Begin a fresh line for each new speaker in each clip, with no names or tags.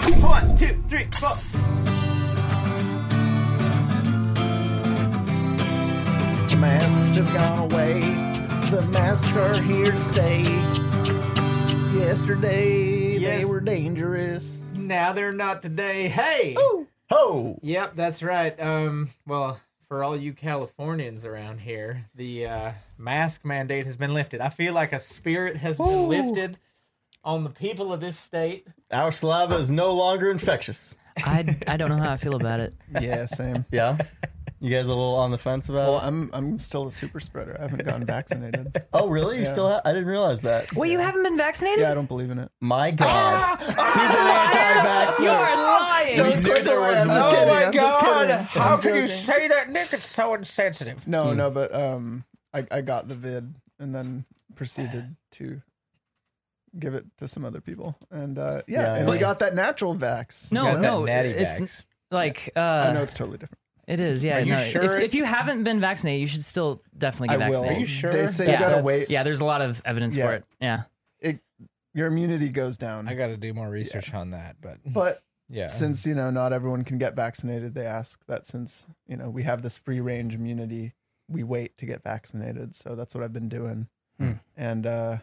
One, two, three, four.
Masks have gone away. The masks are here to stay. Yesterday they
Yes.
were dangerous.
Now they're not today. Hey.
Ho!
Yep, that's right. Um, well, for all you Californians around here, the uh, mask mandate has been lifted. I feel like a spirit has been
Ooh.
lifted on the people of this state.
Our saliva is no longer infectious.
I, I don't know how I feel about it.
Yeah, same.
Yeah. You guys a little on the fence about
Well,
it?
I'm I'm still a super spreader. I haven't gotten vaccinated.
Oh, really? You still have? I didn't realize that.
Well, you haven't been vaccinated?
Yeah, I don't believe in it.
My God. He's an anti-vaxxer.
you are lying.
We knew there was
I'm just
no-
kidding. I'm just kidding.
Oh How can you say that, Nick? It's so insensitive.
No, no, but um, I I got the vid and then proceeded to give it to some other people, and uh, yeah,
Yeah,
and
yeah.
we got that natural vax.
no, no. It's like, uh,
I know it's totally different.
it is. Yeah.
Are you
no,
sure
if,
it-
if you haven't been vaccinated, you should still definitely
I
get
will.
vaccinated.
Are you sure?
They say
Yeah.
you gotta
That's-
wait.
Yeah, there's a lot of evidence
Yeah.
for it. Yeah.
It, your immunity goes down.
I got to do more research on that, but
but
yeah.
since you know not everyone can get vaccinated, they ask that since you know we have this free range immunity, we wait to get vaccinated. So that's what I've been doing,
Hmm.
and uh,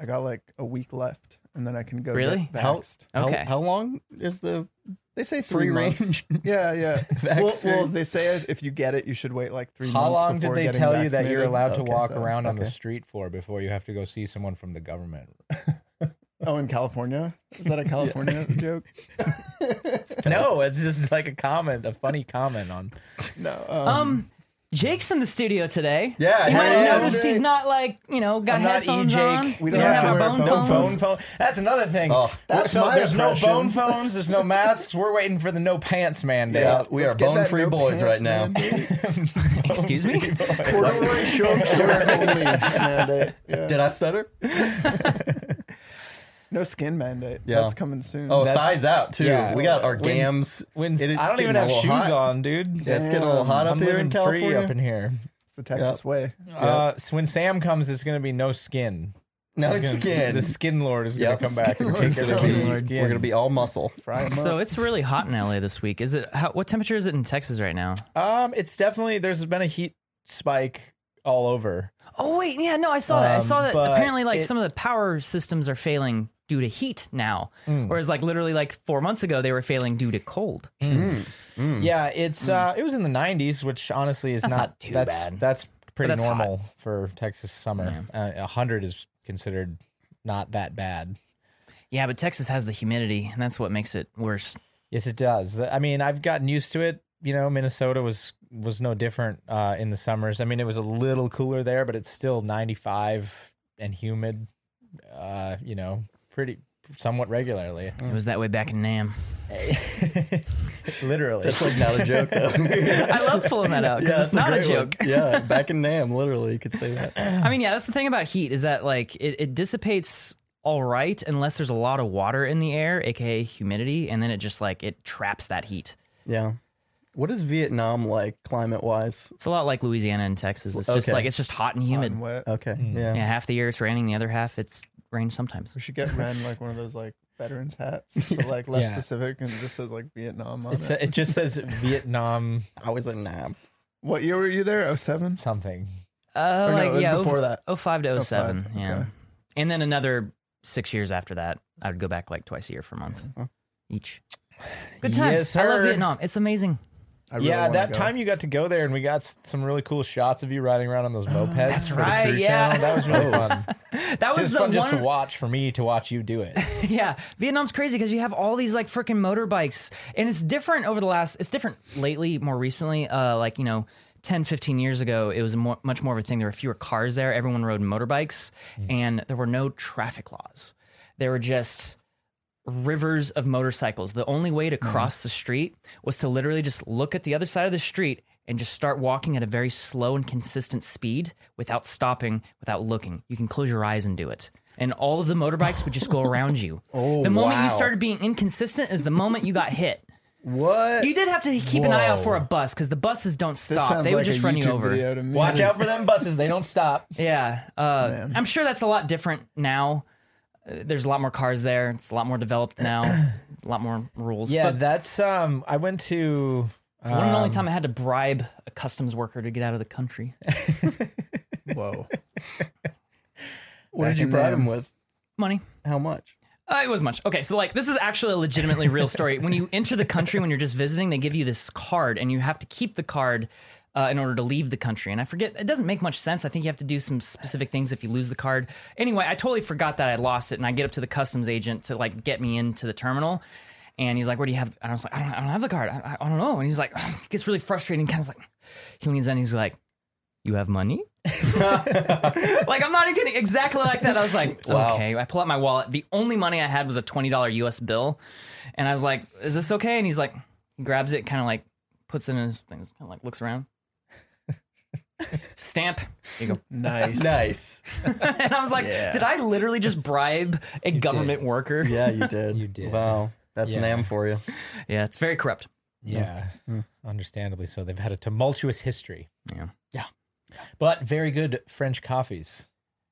I got like a week left, and then I can go
Really?
get
How-
vaxxed.
How-
Okay.
How, long is the
They say three
free
months.
range?
Yeah, yeah.
Vax
well, well,
period?
they say if- if you get it, you should wait like three
How
months.
long did
before
they
getting
tell you that you're
vaccinated.
allowed to
Okay,
walk
so-
around on the
okay.
street for before you have to go see someone from the government?
Oh, in California? Is that a California joke?
no, it's just like a comment, a funny comment on.
No.
Um, Jake's in the studio today.
Yeah,
You
here
might
he is.
have noticed he's not like, you know, got
I'm not E
headphones
E-Jake.
on.
We
don't have to wear
our
bone
bone
phones.
phones.
Phone, phone. That's another thing.
Oh,
that's
so
my
there's
impression.
no bone phones. There's no masks. We're waiting for the no pants mandate.
Yeah, we
let's
are
get that
bone-free
no
boys right
pants
now.
Excuse me?
Ordinary short shorts only mandate. Yeah.
Did I stutter?
No skin mandate.
Yeah.
That's coming soon.
Oh,
That's-
thighs out too.
yeah.
we got our
When-
gams.
When
It- it's
I don't
getting
even
a
have
little
shoes
hot.
on, dude.
Yeah, it's getting a little hot up
I'm
here in
living free
California.
up in here.
it's the Texas way.
Uh, so when Sam comes, there's gonna be no skin.
no
He's gonna-
skin.
The skin lord is
Yep.
gonna come back and
Skin
take
lord's
care
so
of his
good.
skin.
We're gonna be all muscle.
Fry 'em
So
up.
it's really hot in LA this week. Is it? How, what temperature is it in Texas right now?
Um, it's definitely there's been a heat spike all over.
Oh wait, yeah, no, I saw that. I
Um,
saw that.
but
Apparently, like
it-
some of the power systems are failing due to heat now, whereas like literally like four months ago they were failing due to cold.
Yeah, it's uh, it was in the 90s, which honestly is
That's
not,
not too
that's,
bad.
That's pretty
that's
normal for Texas summer. Uh, 100 is considered not that bad.
Yeah, but Texas has the humidity, and that's what makes it worse.
Yes, it does. Th- I mean, I've gotten used to it. You know, Minnesota was was no different uh, in the summers. I mean, it was a little cooler there, but it's still 95 and humid. Uh, you know, pretty somewhat regularly.
It was that way back in Nam.
Literally.
That's like not a joke though.
I love pulling that out because
that's
it's not a
great one.
joke.
Yeah, back in Nam, literally, you could say that.
I mean, yeah, that's the thing about heat is that like it, it dissipates all right unless there's a lot of water in the air, aka humidity, and then it just like it traps that heat.
Yeah. What is Vietnam like climate wise?
It's a lot like Louisiana and Texas. It's just
Okay.
like it's just hot and
Hot
humid.
and wet.
Okay. Yeah.
Yeah, half the year it's raining, the other half it's rain sometimes.
We should get Ren like one of those like veterans hats, but like less
Yeah.
specific and just says like Vietnam on
It's,
it.
it just says Vietnam
I was in Nam.
What year were you there? 07?
something.
Uh,
Or no,
like
it was
yeah, oh-
before that.
05 to 07,
okay.
yeah. And then another six years after that, I would go back like twice a year for a month each. Good times.
Yes,
I love
sir.
Vietnam. It's amazing.
I really
yeah,
wanna
that
go.
time you got to go there, and we got s- some really cool shots of you riding around on those mopeds.
that's
for the
right,
cruise
yeah.
channel. that was really fun.
That was
just
the
fun
one.
just to watch for me to watch you do it.
Yeah, Vietnam's crazy because you have all these like freaking motorbikes, and it's different over the last. It's different lately, more recently. Uh, like you know, 10, 15 years ago, it was more, much more of a thing. There were fewer cars there. Everyone rode motorbikes, and there were no traffic laws. There were just rivers of motorcycles. The only way to
Mm-hmm.
cross the street was to literally just look at the other side of the street and just start walking at a very slow and consistent speed without stopping, without looking. You can close your eyes and do it. And all of the motorbikes would just go around you. Oh, the moment you
wow.
started being inconsistent is the moment you got hit.
What?
You did have to keep an eye out
Whoa.
for a bus because the buses don't
This
stop.
sounds
They
like
would just
a
run
YouTube
you over.
video to me.
Watch
That
out
is-
for them buses; they don't stop.
Yeah, uh, I'm sure that's a lot different now. uh, there's a lot more cars there. It's a lot more developed now. a lot more rules.
Yeah,
But
that's um. I went to um,
one and only time I had to bribe a customs worker to get out of the country.
Whoa.
What
Back
did you
in
bribe
them.
him with?
Money.
How much?
Uh, it was much. Okay, so like this is actually a legitimately real story. when you enter the country, when you're just visiting, they give you this card, and you have to keep the card uh, in order to leave the country. And I forget, it doesn't make much sense. I think you have to do some specific things if you lose the card. Anyway, I totally forgot that I lost it, and I get up to the customs agent to like get me into the terminal. And he's like, "Where do you have?" And I was like, "I don't, I don't have the card. I, I- I don't know." And he's like, it gets really frustrated. and Kind of like, he leans in. He's like, "You have money?" like I'm not even kidding. Exactly like that. I was like, okay. I pull out my wallet. The only money I had was a twenty dollar U.S. bill, and I was like, is this okay? And he's like, he grabs it, kind of like puts it in his thing, kind of like looks around. Stamp. There you go.
Nice.
Nice.
and I was like,
Yeah.
did I literally just bribe a government worker? Yeah.
Yeah, you did.
You did.
Wow. That's an
Yeah.
am for you.
it's very corrupt.
Yeah, understandably so. They've had a tumultuous history.
Yeah.
Yeah.
but very good French coffees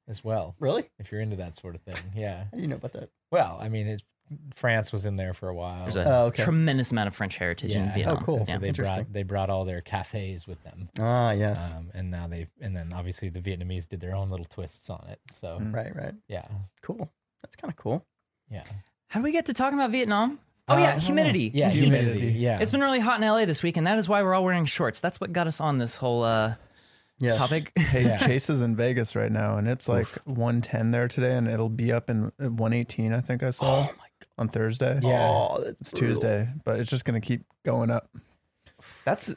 as well.
Really?
If you're into that sort of thing, yeah.
How do you know about that?
Well, I mean, it's, France was in there for a while.
There's a
Oh, okay.
tremendous amount of French heritage in
Yeah.
Vietnam.
Oh, cool.
so they
Yeah.
brought
interesting.
they brought all their cafes with them,
Ah, yes.
um, and now they and then obviously the Vietnamese did their own little twists on it. So
right, right.
yeah,
Cool. That's kind of cool.
yeah.
How do we get to talking about Vietnam?
Uh,
Oh
I
yeah,
don't know.
humidity.
Yeah,
Heat.
humidity.
Humidity.
Yeah,
It's been really hot in LA this week, and that is why we're all wearing shorts. That's what got us on this whole uh,
Yes.
topic.
Hey,
Yeah.
Chase is in Vegas right now, and it's like 110 there today, and it'll be up in uh, 118, I think I saw on Thursday.
Oh Yeah.
Oh, that's
It's
brutal.
Tuesday, but it's just going to keep going up. That's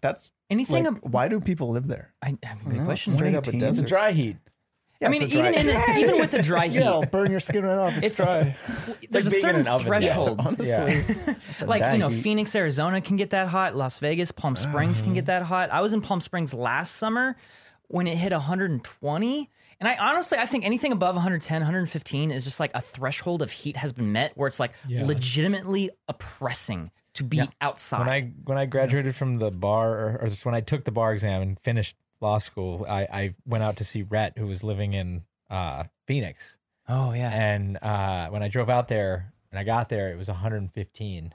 that's
Anything?
like,
ab-
why do people live there?
I, I have a big
know,
question.
straight up a
118?
it's a
desert.
dry heat.
Yeah,
I mean,
it's a dry-
even in a, even with the dry heat,
yeah, it'll burn your skin right off. It's,
It's-
dry.
there's a
being in
certain
an oven, yeah.
threshold.
Honestly,
Like you know,
heat.
Phoenix, Arizona can get that hot. Las Vegas, Palm
Uh-huh.
Springs can get that hot. I was in Palm Springs last summer when it hit 120, and I honestly I think anything above 110, 115 is just like a threshold of heat has been met where it's like legitimately oppressing to be outside.
when I when I graduated from the bar, or, or just when I took the bar exam and finished law school, I, I went out to see Rhett, who was living in uh, Phoenix,
oh yeah.
and uh, when I drove out there and I got there, it was 115,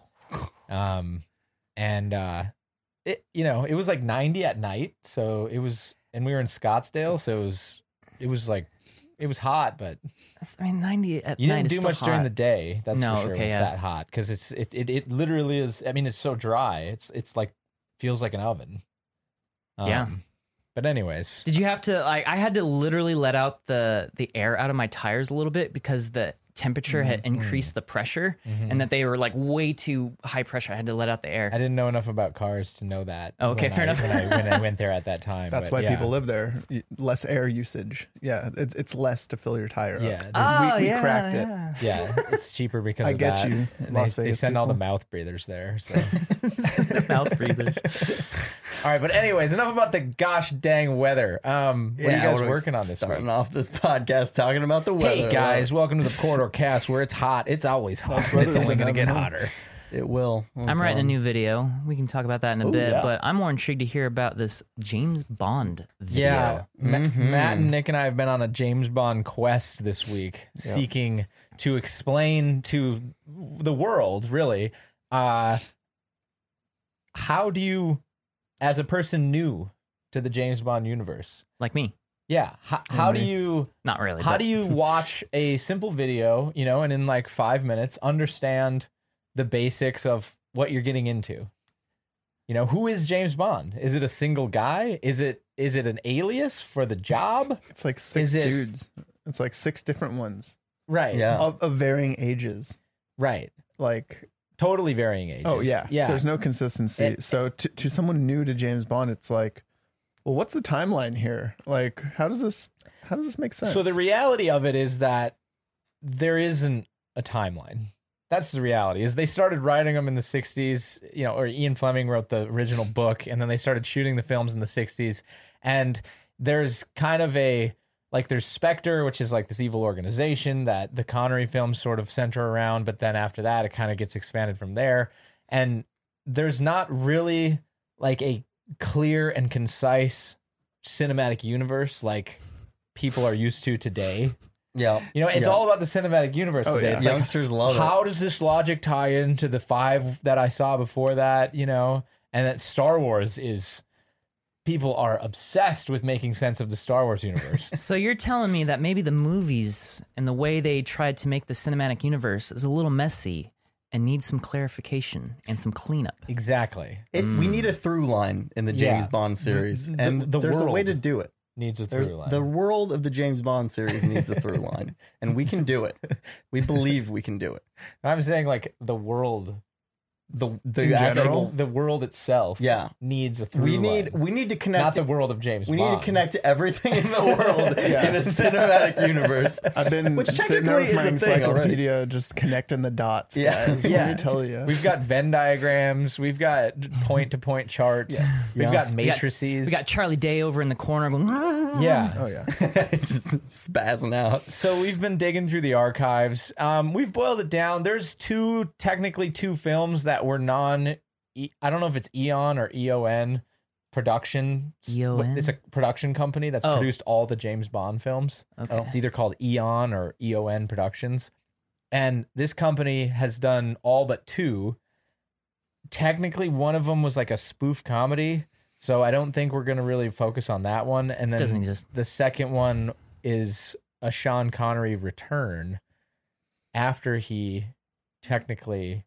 um, and uh, it you know it was like 90 at night, so it was, and we were in Scottsdale, so it was it was like it was hot, but
That's, I mean, 90 at
you
night
didn't
is
do
still
much during the
hot.
day. That's
No,
for sure.
okay,
when it's
yeah.
that hot because it's it, it it literally is. I mean, it's so dry. It's it's like feels like an oven. Um,
Yeah.
But anyways,
Did you have to like I had to literally let out the the air out of my tires a little bit because the temperature had increased the pressure and that they were like way too high pressure. I had to let out the
mm-hmm. I
air.
didn't know enough about cars to know that.
Oh, okay,
when
fair
I-
enough.
When I, when I went there at that time,
That's
but
why
yeah.
people live there. Y- Less air usage. Yeah, it's, it's less to fill your tire
Oh, Yeah, there's-
up. we-
Oh,
we cracked it.
yeah, it's cheaper because
I
of
get
that.
you,
And
Las
they, they
Vegas
send all the
people.
mouth breathers there. So. all
it. Mouth breathers.
right, but anyways, enough about the gosh dang weather. Um, what are you guys
we're
working on this
Starting
week?
off this podcast talking about the weather.
Hey guys, welcome to the Corridor Cast, where it's hot. It's always hot. and
uh, weather
It's only
we've
going to get
been having.
hotter.
It will. Oh,
I'm writing a
God.
new video. We can talk about that in a bit,
yeah.
but I'm more intrigued to hear about this James Bond video.
Yeah, Ma-
Mm-hmm.
Matt and Nick and I have been on a James Bond quest this week, seeking to explain to the world, really, uh, how do you, as a person new to the James Bond universe,
Like me.
yeah, how, how do you
Not really.
how
but-
do you watch a simple video, you know, and in like five minutes understand the basics of what you're getting into? You know, who is James Bond? Is it a single guy? Is it is it an alias for the job?
It's like six
Is it- Oh.
dudes. It's like six different ones
Right.
Yeah.
of, of varying ages.
Right.
Like
Totally varying ages.
oh yeah,
Yeah.
There's no consistency.
It-
so to, to someone new to James Bond, it's like, well, what's the timeline here? Like, how does this how does this make sense?
so the reality of it is that there isn't a timeline. That's the reality. Is they started writing them in the 60s, you know, or Ian Fleming wrote the original book and then they started shooting the films in the 60s and there's kind of a like there's Spectre, which is like this evil organization that the Connery films sort of center around, but then after that it kind of gets expanded from there. And there's not really like a clear and concise cinematic universe like people are used to today.
Yeah.
You know, it's
Yeah.
all about the cinematic universe.
Oh,
today.
yeah.
It's like,
Youngsters love
how does this logic tie into the five that I saw before that? You know, and that Star Wars is people are obsessed with making sense of the Star Wars universe.
So you're telling me that maybe the movies and the way they tried to make the cinematic universe is a little messy and needs some clarification and some cleanup.
exactly.
it. It's, We need a through line in the
Yeah.
James Bond series,
the-
and
the
there's a way
world.
to do it.
Needs a
There's
through line.
the world of the James Bond series needs a through line, and we can do it. We believe we can do it.
I'm saying like the world,
The the
In
actual-
general?
the world itself.
yeah.
needs a through
We need
line.
we need to
not
connect.
the world of James.
we need
Bond.
to connect everything in the world
Yeah.
in a cinematic universe.
I've been
Which
sitting there
technically
with my
is a thing already.
encyclopedia just connecting the dots.
Yeah.
guys.
Yeah.
Let me tell you.
We've got Venn diagrams. We've got point to point charts. We've got
Yeah.
We got-
matrices.
We got Charlie Day over in the corner going.
yeah.
oh yeah.
Just spazzing out.
So we've been digging through the archives. Um, we've boiled it down. There's two, technically two films that were non. E- I don't know if it's Eon or EON production.
EON?
It's a production company that's
E Oh.
produced all the James Bond films.
Okay.
It's either called Eon or EON Productions. And this company has done all but two. Technically, one of them was like a spoof comedy. So I don't think we're going to really focus on that one. And then
"Ah." Doesn't exist.
the second one is a Sean Connery return after he technically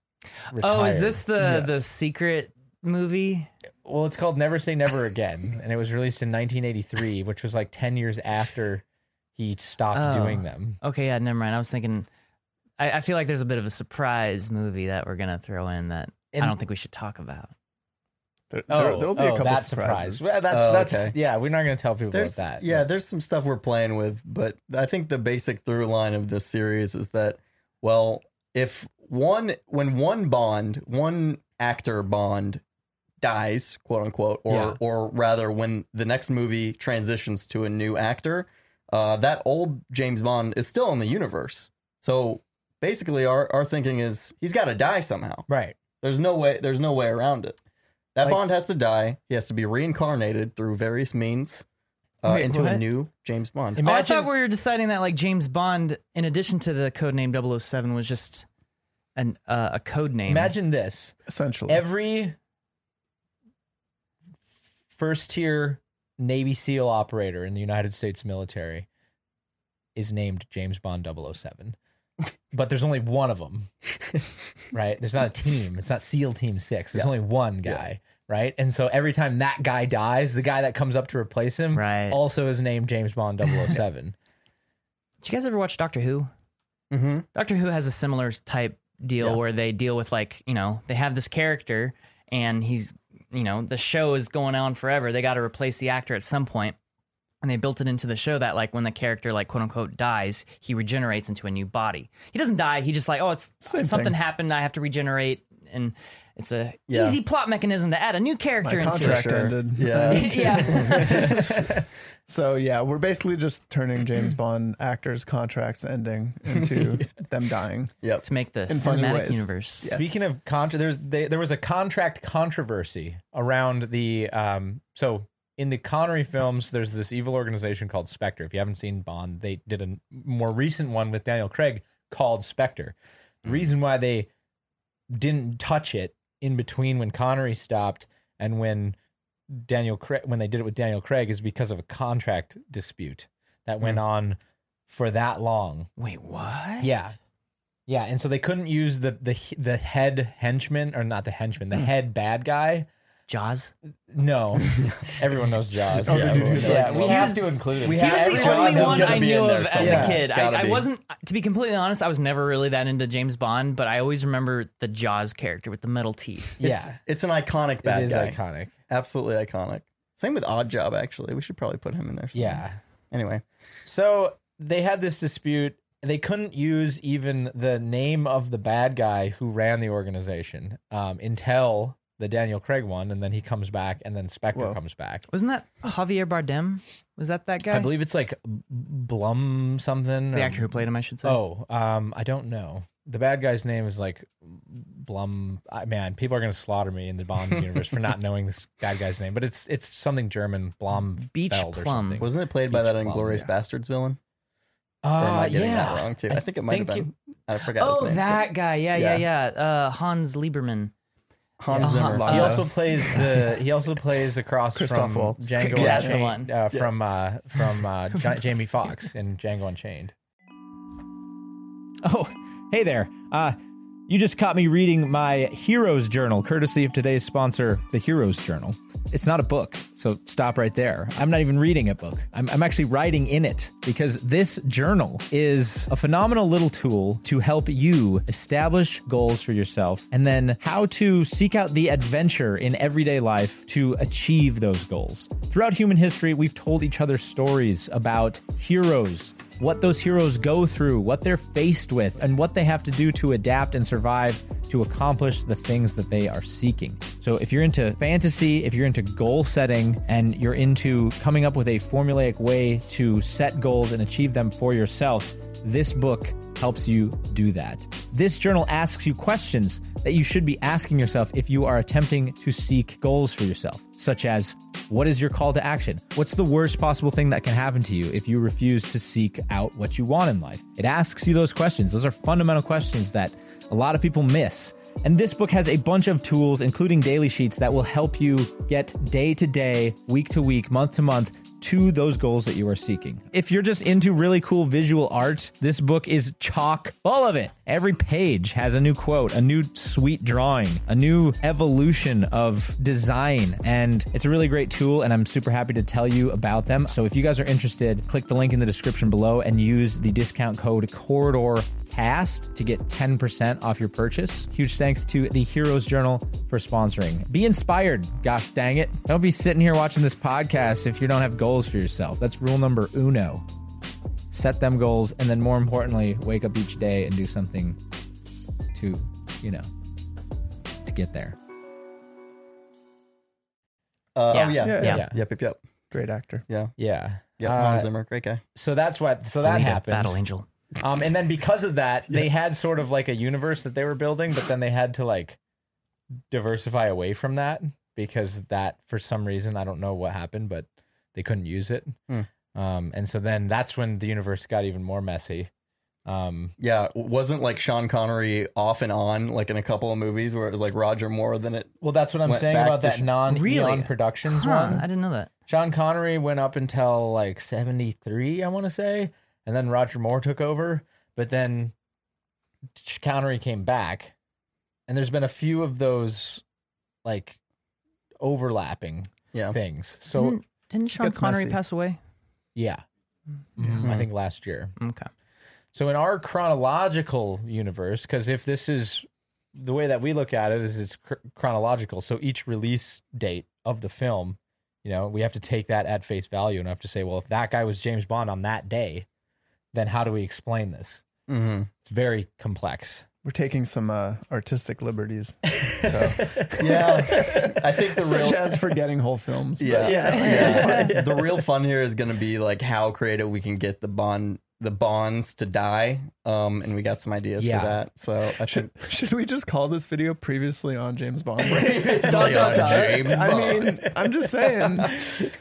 retired.
Oh, is this the
Yes.
the secret movie?
Well, it's called Never Say Never Again, and it was released in 1983, which was like 10 years after he stopped
Oh.
doing them.
Okay, yeah, never mind. I was thinking. I, I feel like there's a bit of a surprise movie that we're gonna throw in that
And-
I don't think we should talk about.
There, there, will be a
oh,
couple
that
surprises.
surprise. Well, that's
Oh,
that's
okay.
yeah. We're not gonna tell people
There's
about that.
yeah, there's some stuff we're playing with, but I think the basic through line of this series is that well, if one when one Bond, one actor Bond dies, quote unquote, or
Yeah.
or rather when the next movie transitions to a new actor, uh, that old James Bond is still in the universe. So basically our, our thinking is he's gotta die somehow.
right.
Oh,
There's no way. There's no way around it. That
Like-
Bond has to die. He has to be reincarnated through various means uh,
Wait,
into
what?
a new James Bond.
Oh, I
Imagine
thought we were deciding that like James Bond, in addition to the code name 007, was just an uh, a code name.
imagine this.
Essentially,
Every first tier Navy SEAL operator in the United States military is named James Bond 007. But there's only one of them, right? There's not a team. It's not SEAL Team Six. There's only one guy, right? And so every time that guy dies, the guy that comes up to replace him
Right.
also is named James Bond 007.
Did you guys ever watch Doctor Who?
Mm-hmm.
Doctor Who has a similar type deal where they deal with like you know they have this character and he's you know the show is going on forever. They got to replace the actor at some point, and they built it into the show that like when the character like quote unquote dies, he regenerates into a new body. He doesn't die. He just like oh it's
Same
something
thing.
happened. I have to regenerate and. It's a
Yeah.
easy plot mechanism to add a new
my
character into it.
contract ended.
Yeah.
yeah.
So yeah, we're basically just turning James Bond actors' contracts ending into them dying.
Yep.
to make the
In funny
cinematic
ways.
universe.
Speaking of contra, there's they, there was a contract controversy around the um. So in the Connery films, there's this evil organization called Spectre. If you haven't seen Bond, they did a more recent one with Daniel Craig called Spectre. The reason why they didn't touch it in between when Connery stopped and when Daniel Craig when they did it with Daniel Craig is because of a contract dispute that went on for that long.
Wait, what?
Yeah. Yeah, and so they couldn't use the the the head henchman or not the henchman, the head bad guy.
Jaws.
No, everyone knows Jaws.
Oh,
yeah,
dude, he was
yeah,
like-
we
well,
have
he's-
to include it. We
we
He
have
have-
was the
Everyone
only
is
one
gonna
I
be
knew
in there
of as a
somewhere.
kid.
Gotta
I, I
be.
wasn't, to be completely honest, I was never really that into James Bond, but I always remember the Jaws character with the metal teeth.
yeah,
It's, it's an iconic
it
bad
is
guy.
iconic.
Absolutely iconic. Same with Odd Job. Actually, we should probably put him in there. somewhere.
Yeah.
Anyway.
So they had this dispute. They couldn't use even the name of the bad guy who ran the organization um, until the Daniel Craig one, and then he comes back, and then Spectre
Whoa.
comes back.
Wasn't that Javier Bardem? Was that that guy?
I believe it's like Blum something.
the
or-
actor who played him, I should say.
Oh, um, I don't know. The bad guy's name is like Blum. I, man, people are gonna slaughter me in the Bond universe for not knowing this bad guy's name, but it's it's something German, Blum
Beach
Feld or
Plum.
something.
Wasn't it played by
Beach
that
Plum,
Inglorious
yeah.
Bastards villain? Or am
Uh,
I getting
yeah.
that wrong too? I think it might have
think
been. I forgot. his
Oh,
name.
that guy. Yeah, yeah, yeah. Uh, Hans Lieberman.
Hans
Yeah.
Zimmer.
Uh-huh.
He
Uh,
also plays the. He also plays across
Christoph
from
Waltz.
Django
Yeah,
that's the
Unchained.
one.
Uh, from uh, from uh, Ja- Jamie Foxx in Django Unchained.
Oh, hey there. Uh, you just caught me reading my Heroes Journal, courtesy of today's sponsor, the Heroes Journal. It's not a book, so stop right there. I'm not even reading a book. I'm, I'm actually writing in it because this journal is a phenomenal little tool to help you establish goals for yourself and then how to seek out the adventure in everyday life to achieve those goals. Throughout human history, we've told each other stories about heroes what those heroes go through, what they're faced with, and what they have to do to adapt and survive to accomplish the things that they are seeking. So, if you're into fantasy, if you're into goal setting, and you're into coming up with a formulaic way to set goals and achieve them for yourself, this book helps you do that. This journal asks you questions that you should be asking yourself if you are attempting to seek goals for yourself, such as what is your call to action? What's the worst possible thing that can happen to you if you refuse to seek out what you want in life? It asks you those questions. Those are fundamental questions that a lot of people miss. And this book has a bunch of tools, including daily sheets, that will help you get day to day, week to week, month to month to those goals that you are seeking. If you're just into really cool visual art, this book is chock full of it. Every page has a new quote, a new sweet drawing, a new evolution of design, and it's a really great tool and I'm super happy to tell you about them. So if you guys are interested, click the link in the description below and use the discount code corridor cast to get 10% off your purchase. Huge thanks to the Heroes Journal for sponsoring. Be inspired, gosh dang it. Don't be sitting here watching this podcast if you don't have goals for yourself. That's rule number uno. Set them goals and then more importantly, wake up each day and do something to, you know, to get there.
Uh,
Yeah.
Oh yeah.
Yeah.
Yeah.
Yeah.
Yep. Yep. Yep.
Great actor.
Yeah.
Yeah.
Yeah.
Uh,
Hans Zimmer. Great guy.
so that's what. So that
Linda,
happened.
Battle Angel.
Um, and then because of that, they had sort of like a universe that they were building, but then they had to like diversify away from that because that for some reason I don't know what happened, but they couldn't use it.
Hmm.
Um, and so then that's when the universe got even more messy. Um,
Yeah. Wasn't like Sean Connery off and on like in a couple of movies where it was like Roger Moore. Then it.
well, that's what I'm
Went
saying
back
about
to
that
Sh-
non
Really?
Eon Productions
Huh,
one.
I didn't know that.
Sean Connery went up until like 73, I want to say, and then Roger Moore took over, but then Connery came back. And there's been a few of those like overlapping
Yeah.
things. So
didn't, didn't Sean
gets
Connery
messy.
pass away?
yeah. Mhm, I think last year.
Okay.
So in our chronological universe, because if this is the way that we look at it, is it's cr- chronological. So each release date of the film, you know, we have to take that at face value and have to say, well, if that guy was James Bond on that day, then how do we explain this?
hmm
It's very complex.
We're taking some uh, artistic liberties, so,
Yeah. I think the
such
real.
as forgetting whole films. but-
yeah. Yeah. The real fun here is going to be like how creative we can get the bond the bonds to die. Um, and we got some ideas
Yeah.
for that. So I should.
Should we just call this video previously on James Bond?
Dot, dot, dot. James
I
Bond.
mean, I'm just saying.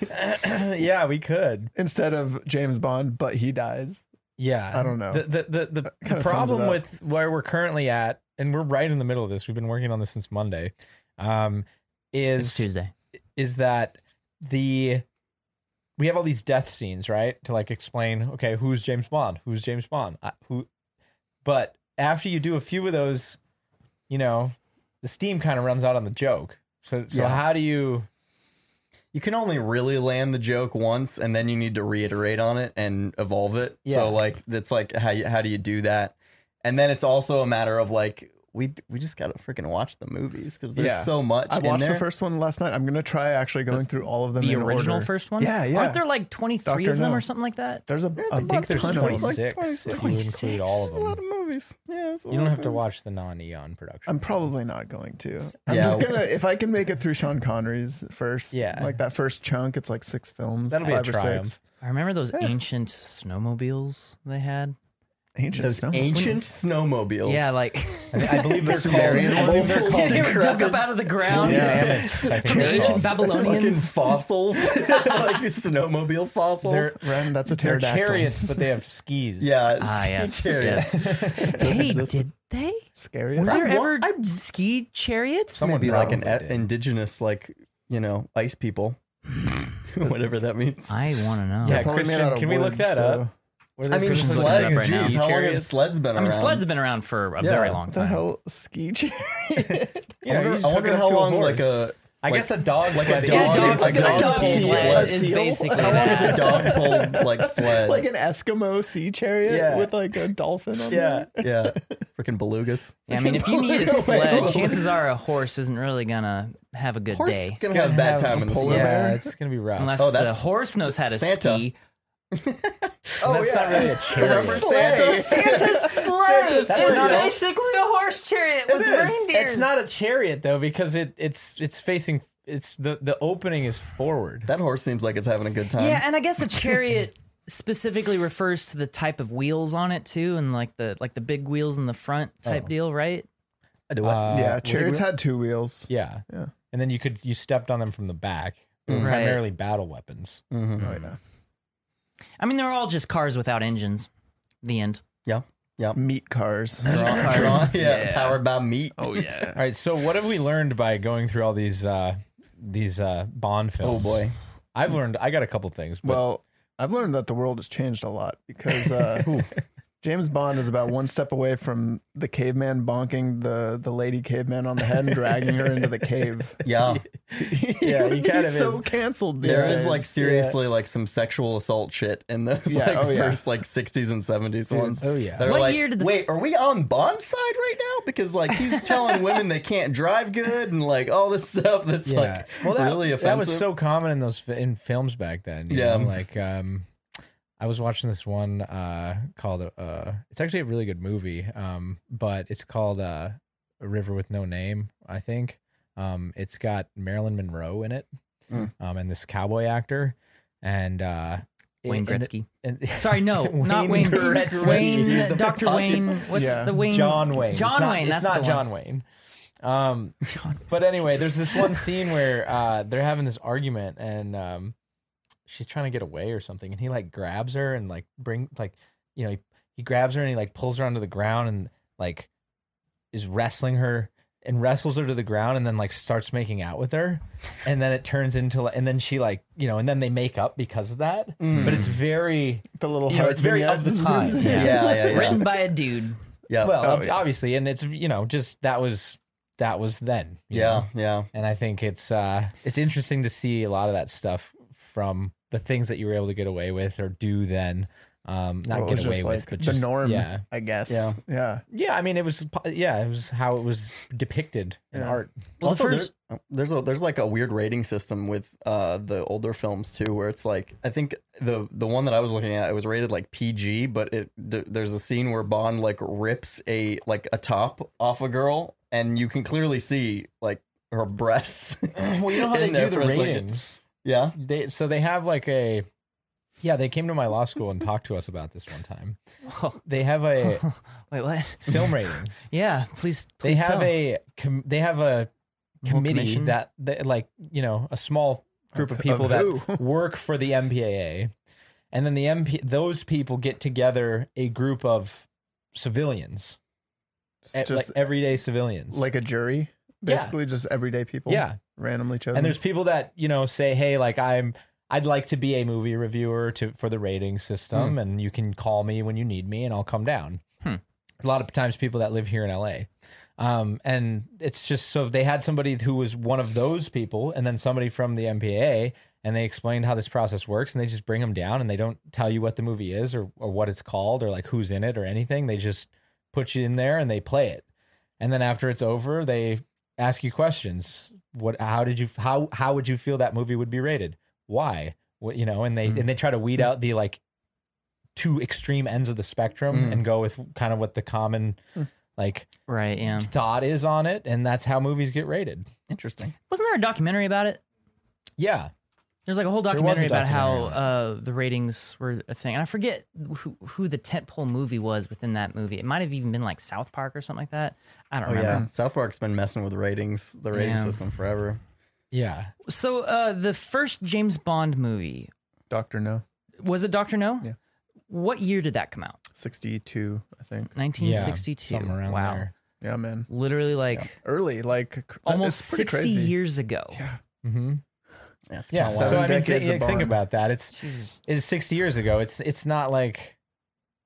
yeah, we could.
Instead of James Bond, but he dies.
Yeah.
I don't know.
The the the, the, the
kinda sums it
problem
up.
with where we're currently at, and we're right in the middle of this. We've been working on this since Monday. Um,
It's
is
Tuesday.
is that the we have all these death scenes, right? To like explain, okay, who's James Bond? Who's James Bond? I, who? But after you do a few of those, you know, the steam kind of runs out on the joke. So so
Yeah.
how do you?
you can only really land the joke once and then you need to reiterate on it and evolve it
Yeah.
so like that's like how you, how do you do that and then it's also a matter of like we we just gotta freaking watch the movies because there's
Yeah.
so much
I
in
watched the
there.
first one last night. I'm gonna try actually going through all of them.
The
in
original
order.
first one?
Yeah, yeah.
Aren't there like 23
Dr.
of them
No.
or something like that?
There's a, a
I think there's
ton of
twenty
them.
six if you include all of
There's a lot
them.
of movies yeah there's a
You
lot
don't
of
have to
movies.
watch the non Eon production.
I'm probably not going to. I'm
Yeah.
just gonna if I can make it through Sean Connery's first,
Yeah.
like that first chunk. It's like six films.
That'll be a
five or six.
triumph.
I remember those ancient snowmobiles they had.
Ancient
Those
snow.
ancient snowmobiles.
Yeah, like
I believe they're
They're
called.
called-
I believe they're called
they were dug up
decrepit.
out of the ground.
Yeah.
From the
Fucking
ancient Babylonians.
fossils, like snowmobile fossils.
They're-
Ren, that's a
They're
pterodactyl.
chariots, but they have skis.
yeah, it's
Ah, yes,
chariots.
Hey, did they?
Scary.
Were
as-
there
I wa-
ever
I-
ski chariots?
Someone be like an e-,
probably did.
indigenous, like you know, ice people, whatever that means.
I want to know.
Yeah,
Probably made
Christian,
out of
can we look
wood,
that
so-
up? Were
I
there
mean,
some sort of
sleds.
up right
Jeez, how
now.
long have
chariots?
sleds been
I
around?
mean, sled's been around for a
Yeah,
very long
What the
time.
hell? Ski chariot?
You know, you just
I
hook it
wonder
up
how
to a
long,
horse.
like a
I guess a dog,
like
sled
a
is-
dog,
Yeah, dog-
like
a dog
pulled
sled
sled.
is
Seal?
basically
How long
It's
that.
a dog pulled like sled.
like an Eskimo sea chariot
Yeah.
with like a dolphin on
yeah, yeah, freaking belugas.
Yeah, I mean, if you need a sled, chances are a horse isn't really gonna have a good
Horse
day.
gonna have a bad time in the
polar
snow.
bear.
Yeah, it's gonna be rough.
Unless
Oh,
the
that's
horse knows how to
Santa.
ski.
Oh,
that's not really a
Remember
chariot.
Santa?
Santa's sleigh.
Santa's sleigh.
a horse chariot with
is.
It's not a chariot though, because it it's it's facing it's the the opening is forward.
That horse seems like it's having a good time.
Yeah, and I guess a chariot specifically refers to the type of wheels on it too, and like the like the big wheels in the front type deal, right?
I do it.
Yeah,
Uh,
chariots had two wheels.
Yeah.
Yeah.
And then you could you stepped on them from the back.
Mm.
They were
Right.
Primarily battle weapons.
Oh, yeah.
I mean, they're all just cars without engines. The end.
Yeah, yeah.
Meat cars.
cars.
Drawn- yeah, powered by meat. Oh yeah.
All right, so what have we learned by going through all these uh these uh Bond
Oh
films?
boy.
I've learned I got a couple things, but
Well, I've learned that the world has changed a lot because uh, James Bond is about one step away from the caveman bonking the, the lady caveman on the head and dragging her into the cave.
Yeah.
Yeah, he kind of
He's so
is.
canceled. These
There
days.
is like seriously like some sexual assault shit in those
Yeah,
like
oh, yeah.
first like 60s and 70s ones.
oh, yeah.
They're
What
like,
year did the-
wait, are we on Bond's side right now? Because like he's telling women they can't drive good and like all this stuff that's
yeah.
like
well, that,
really offensive.
That was so common in those fi- in films back then. yeah.
Yeah.
Like um I was watching this one uh called uh it's actually a really good movie. Um but it's called uh A River with No Name, I think. Um it's got Marilyn Monroe in it.
Mm.
Um and this cowboy actor and uh and-
Wayne Gretzky.
and-
Sorry, no, not
Wayne
Wayne Gretzky.
Gretzky.
Wayne,
The
Dr. Wayne. What's
Yeah.
the Wayne?
John Wayne.
John
It's not-
Wayne.
It's
that's
not
the
John
One.
Wayne. Um, but anyway, there's this one scene where uh, they're having this argument, and um, she's trying to get away or something, and he like grabs her and like bring like you know he, he grabs her and he like pulls her onto the ground and like is wrestling her and wrestles her to the ground and then like starts making out with her and then it turns into like and then she like you know and then they make up because of that but it's very
the little
you know
heart
it's very
vignette.
of the
This is-
time
yeah, yeah, yeah.
Written by a dude.
yeah.
well
Oh,
ob-
yeah.
obviously and it's you know just that was that was then you
yeah,
know?
yeah.
and i think it's uh it's interesting to see a lot of that stuff from the things that you were able to get away with or do then um not
Well, it
get
was
away
just
with
like
but
the
just
norm,
yeah
I guess.
Yeah.
Yeah.
yeah i mean it was po- yeah it was how it was depicted in
Yeah.
art
Well, the
also,
first-
there- oh, there's a, there's like a weird rating system with uh, the older films too, where it's like I think the the one that I was looking at it was rated like PG, but it th- there's a scene where Bond like rips a like a top off a girl, and you can clearly see like her breasts.
well you know how
in
they
there
do the
for a second.
ratings
Yeah,
they so they have like a yeah they came to my law school and talked to us about this one time they have a
Oh, Wait, what?
film ratings
Yeah, please.
they
please
have
tell.
a com- they have a
Whole
committee
commission?
that, that like you know a small group of,
Of-
people
of who?
that work for the MPAA, and then the MP those people get together a group of civilians, eh,
Just
like everyday civilians,
like a jury. Basically just everyday people.
yeah.
Randomly chosen.
And there's people that you know say, hey, like I'm. I'd like to be a movie reviewer to for the rating system, and you can call me when you need me, and I'll come down.
Hmm.
A lot of times, people that live here in LA, um, and it's just so they had somebody who was one of those people, and then somebody from the MPAA, and they explained how this process works, and they just bring them down, and they don't tell you what the movie is or or what it's called or like who's in it or anything. They just put you in there and they play it, and then after it's over, they ask you questions. What? How did you? How how would you feel that movie would be rated? Why? What you know? And they and they try to weed out the like two extreme ends of the spectrum and go with kind of what the common like
Right, yeah.
thought is on it, and that's how movies get rated.
interesting.
Wasn't there a documentary about it?
Yeah,
There's like a whole
was a
documentary,
documentary
about how uh, the ratings were a thing, and I forget who, who the tentpole movie was within that movie. It might have even been like South Park or something like that. I don't
Oh
remember.
yeah, South Park's been messing with ratings, the rating
Yeah.
system forever.
Yeah.
So uh, the first James Bond movie
Doctor No,
was it Doctor No?
Yeah.
What year did that come out?
sixty-two, I think.
1962.
Yeah, something around
wow.
there.
Yeah, man.
Literally like
Early, like cr- that-
almost
it's pretty
60
crazy.
years ago.
Yeah.
Mm-hmm.
Yeah, it's
Yeah.
kinda
So
Seven
wild.
I mean,
decades
thi-
of
think
Bond.
about that. It's
Jesus.
is 60 years ago. It's it's not like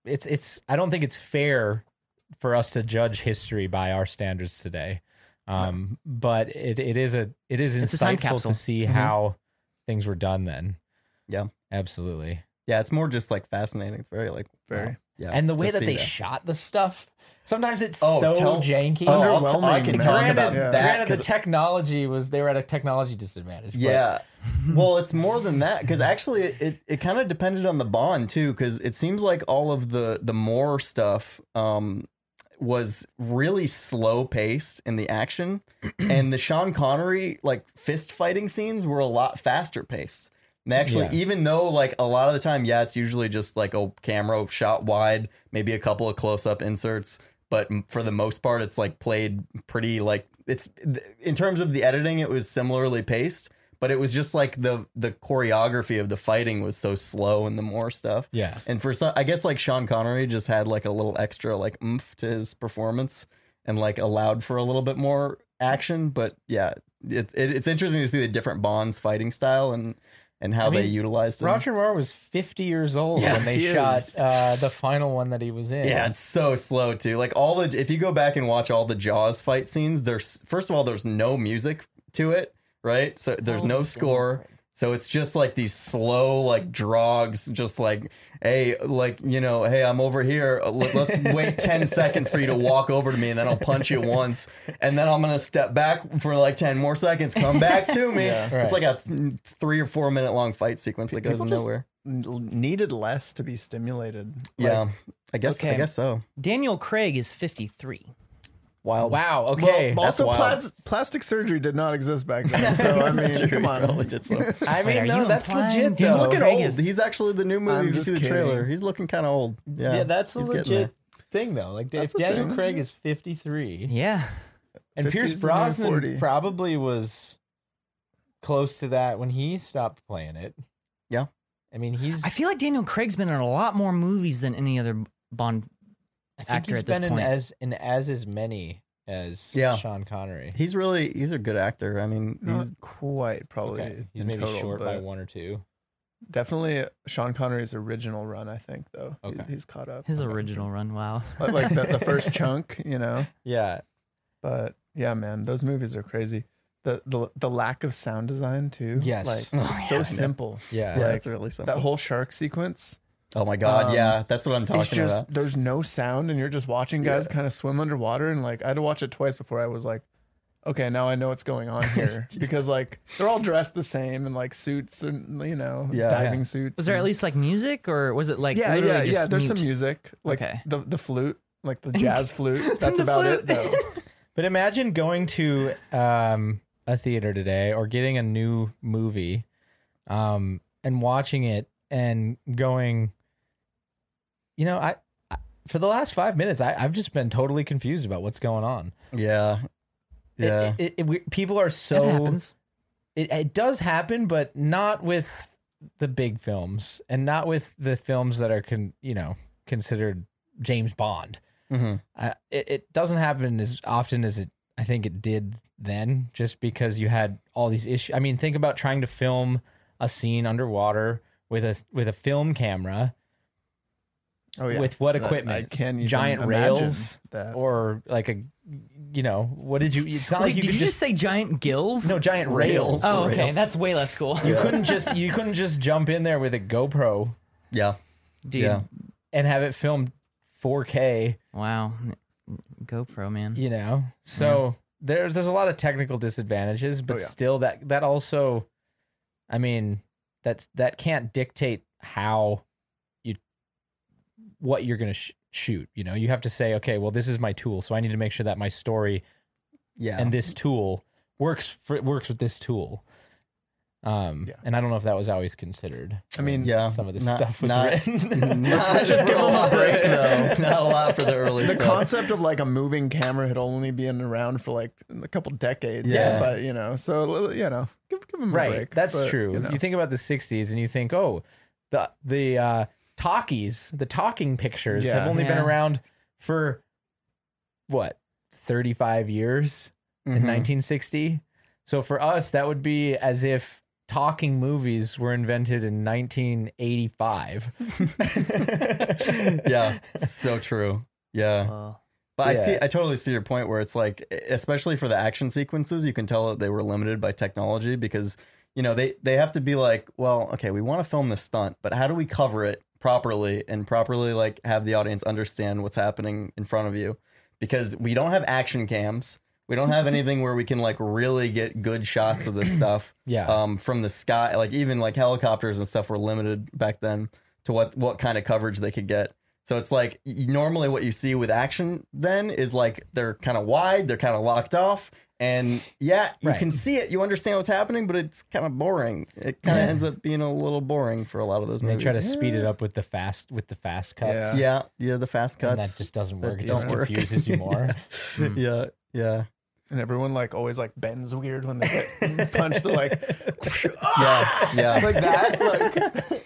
it's it's I don't think it's fair for us to judge history by our standards today. Um but it, it is a it is
It's a time
insightful
capsule.
to see
Mhm.
how things were done then.
Mm-hmm. Yeah.
Absolutely.
yeah, it's more just like fascinating. It's very like
Very.
yeah,
And the
to
way that
see
they shot the stuff sometimes it's
Oh,
so
tell-
janky.
Oh, I'll t- I
Underwhelming,
can
man.
talk
Granted-
about
Yeah.
that.
Granted,
'cause-
the technology was they were at a technology disadvantage. but-
Yeah. well, it's more than that because actually it, it, it kind of depended on the bond too because it seems like all of the the more stuff um, was really slow paced in the action, and the Sean Connery like fist fighting scenes were a lot faster paced. And actually,
Yeah.
even though like a lot of the time, yeah, it's usually just like a camera shot wide, maybe a couple of close up inserts, but m- for the most part, it's like played pretty like it's th- in terms of the editing, it was similarly paced, but it was just like the the choreography of the fighting was so slow and the more stuff.
Yeah.
And for some, I guess like Sean Connery just had like a little extra like oomph to his performance and like allowed for a little bit more action. But yeah, it, it, it's interesting to see the different Bond's fighting style and and how
I mean,
they utilized it.
Roger Moore was 50 years old
Yeah,
when they
he is.
shot uh, the final one that he was in.
Yeah, it's so slow too. Like all the if you go back and watch all the Jaws fight scenes, there's first of all there's no music to it, right? So
Oh
there's no score. So it's just like these slow like drogs, just like hey, like you know, hey, I'm over here. L- Let's wait ten seconds for you to walk over to me, and then I'll punch you once, and then I'm gonna step back for like ten more seconds. Come back to me. It's like
Right.
a th- three or four minute long fight sequence that goes
People just-
nowhere.
N- needed less to be stimulated. Like,
yeah, I guess I
Okay.
guess so.
Daniel Craig is 53.
Wild.
Wow. Okay.
Well,
that's
also,
wild.
plas- plastic surgery did not exist back then. So I mean, come on.
I
Wait, are
mean, no,
you
that's
implying
legit.
he's
though.
looking
Looking
Vegas.
old. He's actually the new
I'm
movie. If you
just
see the
kidding.
trailer, he's looking kind of old. Yeah,
Yeah, that's a
he's getting
legit thing though. Like if
a
Daniel
thing.
Craig is 53
Yeah.
and
50
Pierce
is the new
Brosnan
40.
probably was close to that when he stopped playing it.
Yeah.
I mean, he's
I feel like Daniel Craig's been in a lot more movies than any other Bond.
I think
actor
he's
at this
been
point.
in as in as as many as
Yeah.
Sean Connery.
there. He's really he's a good actor. I mean,
Not
he's
quite probably.
Okay. He's
in
maybe
total,
short by
but
one or two.
Definitely Sean Connery's original run, I think, though. He-
Okay.
he's caught up.
His original run. Wow.
But, like the, the first chunk, you know.
Yeah.
But yeah, man, those movies are crazy. The the, the lack of sound design too.
Yes.
Like
Oh,
it's
yeah, I
so
know.
simple.
Yeah.
yeah,
like,
it's really something.
That whole shark sequence.
oh my god,
um,
yeah, that's what I'm
It's
talking
just
about.
there's no sound and you're just watching guys kind of swim underwater and like I had to watch it twice before I was like, okay, now I know what's going on here because like they're all dressed the same in like suits and you know
Yeah.
diving suits.
Was there at
and-
least like music or was it like
yeah
literally
yeah
just
yeah? There's some
mute?
music like
Okay.
the the flute like the jazz flute. That's
The
about
flute.
it though.
But imagine going to um, a theater today or getting a new movie um, and watching it and going, you know, I, I for the last five minutes, I, I've just been totally confused about what's going on.
Yeah,
It-
yeah.
It, it, we, people are
That
so.
happens.
It, it does happen, but not with the big films and not with the films that are, con, you know, considered James Bond.
hmm
I, it, it doesn't happen as often as it I think it did then, just because you had all these issues. I mean, think about trying to film a scene underwater with a with a film camera
Oh yeah.
with what
That- I
equipment
can even
Giant
imagine
rails
that.
or like a you know what did you? It's not
Wait,
like you
did
could
you just,
just,
say giant gills?
no giant rails.
Oh, okay. That's way less cool.
You couldn't just you couldn't just jump in there with a GoPro
yeah,
Dude.
yeah.
and have it filmed 4K.
Wow. GoPro, man.
you know so there's there's a lot of technical disadvantages but
Oh, yeah.
still that that also i mean that's that can't dictate how you what you're going to sh- shoot you know you have to say okay well this is my tool so i need to make sure that my story
yeah.
and this tool works for works with this tool Um, and I don't know if that was always considered.
I mean,
Yeah,
Some of this
not-
stuff was
not-
written.
Not just give them a break though. Not a lot for the early
the
stuff.
concept of like a moving camera had only been around for like a couple decades.
Yeah.
but you know, so you know, give, give them a
right.
break.
That's
But,
true. You,
You know,
think about the '60s and you think, oh, the the uh, talkies, the talking pictures
Yeah.
have only been
Yeah.
around for what 35 years
Mm-hmm.
in 1960. So for us, that would be as if talking movies were invented in 1985.
yeah, so true. Yeah.
Uh,
But I see,
Yeah.
I totally see your point where it's like, e, especially for the action sequences, you can tell that they were limited by technology because you know they they have to be like, well, okay, we want to film this stunt, but how do we cover it properly and properly like have the audience understand what's happening in front of you? Because we don't have action cams, we don't have anything where we can like really get good shots of this stuff
Yeah.
um, from the sky. Like even like helicopters and stuff were limited back then to what what kind of coverage they could get. So it's like y- normally what you see with action then is like they're kind of wide, they're kind of locked off, and yeah, you
Right.
can see it, you understand what's happening, but it's kind of boring. It kind of ends up being a little boring for a lot of those
they
movies.
try to speed it up with the fast with the fast cuts.
Yeah.
yeah, yeah, the fast
And
cuts.
that just doesn't
That
work. It just
don't work.
confuses you more.
yeah, yeah,
and everyone like always like bends weird when they get punched. They're like
yeah, yeah.
like that. Like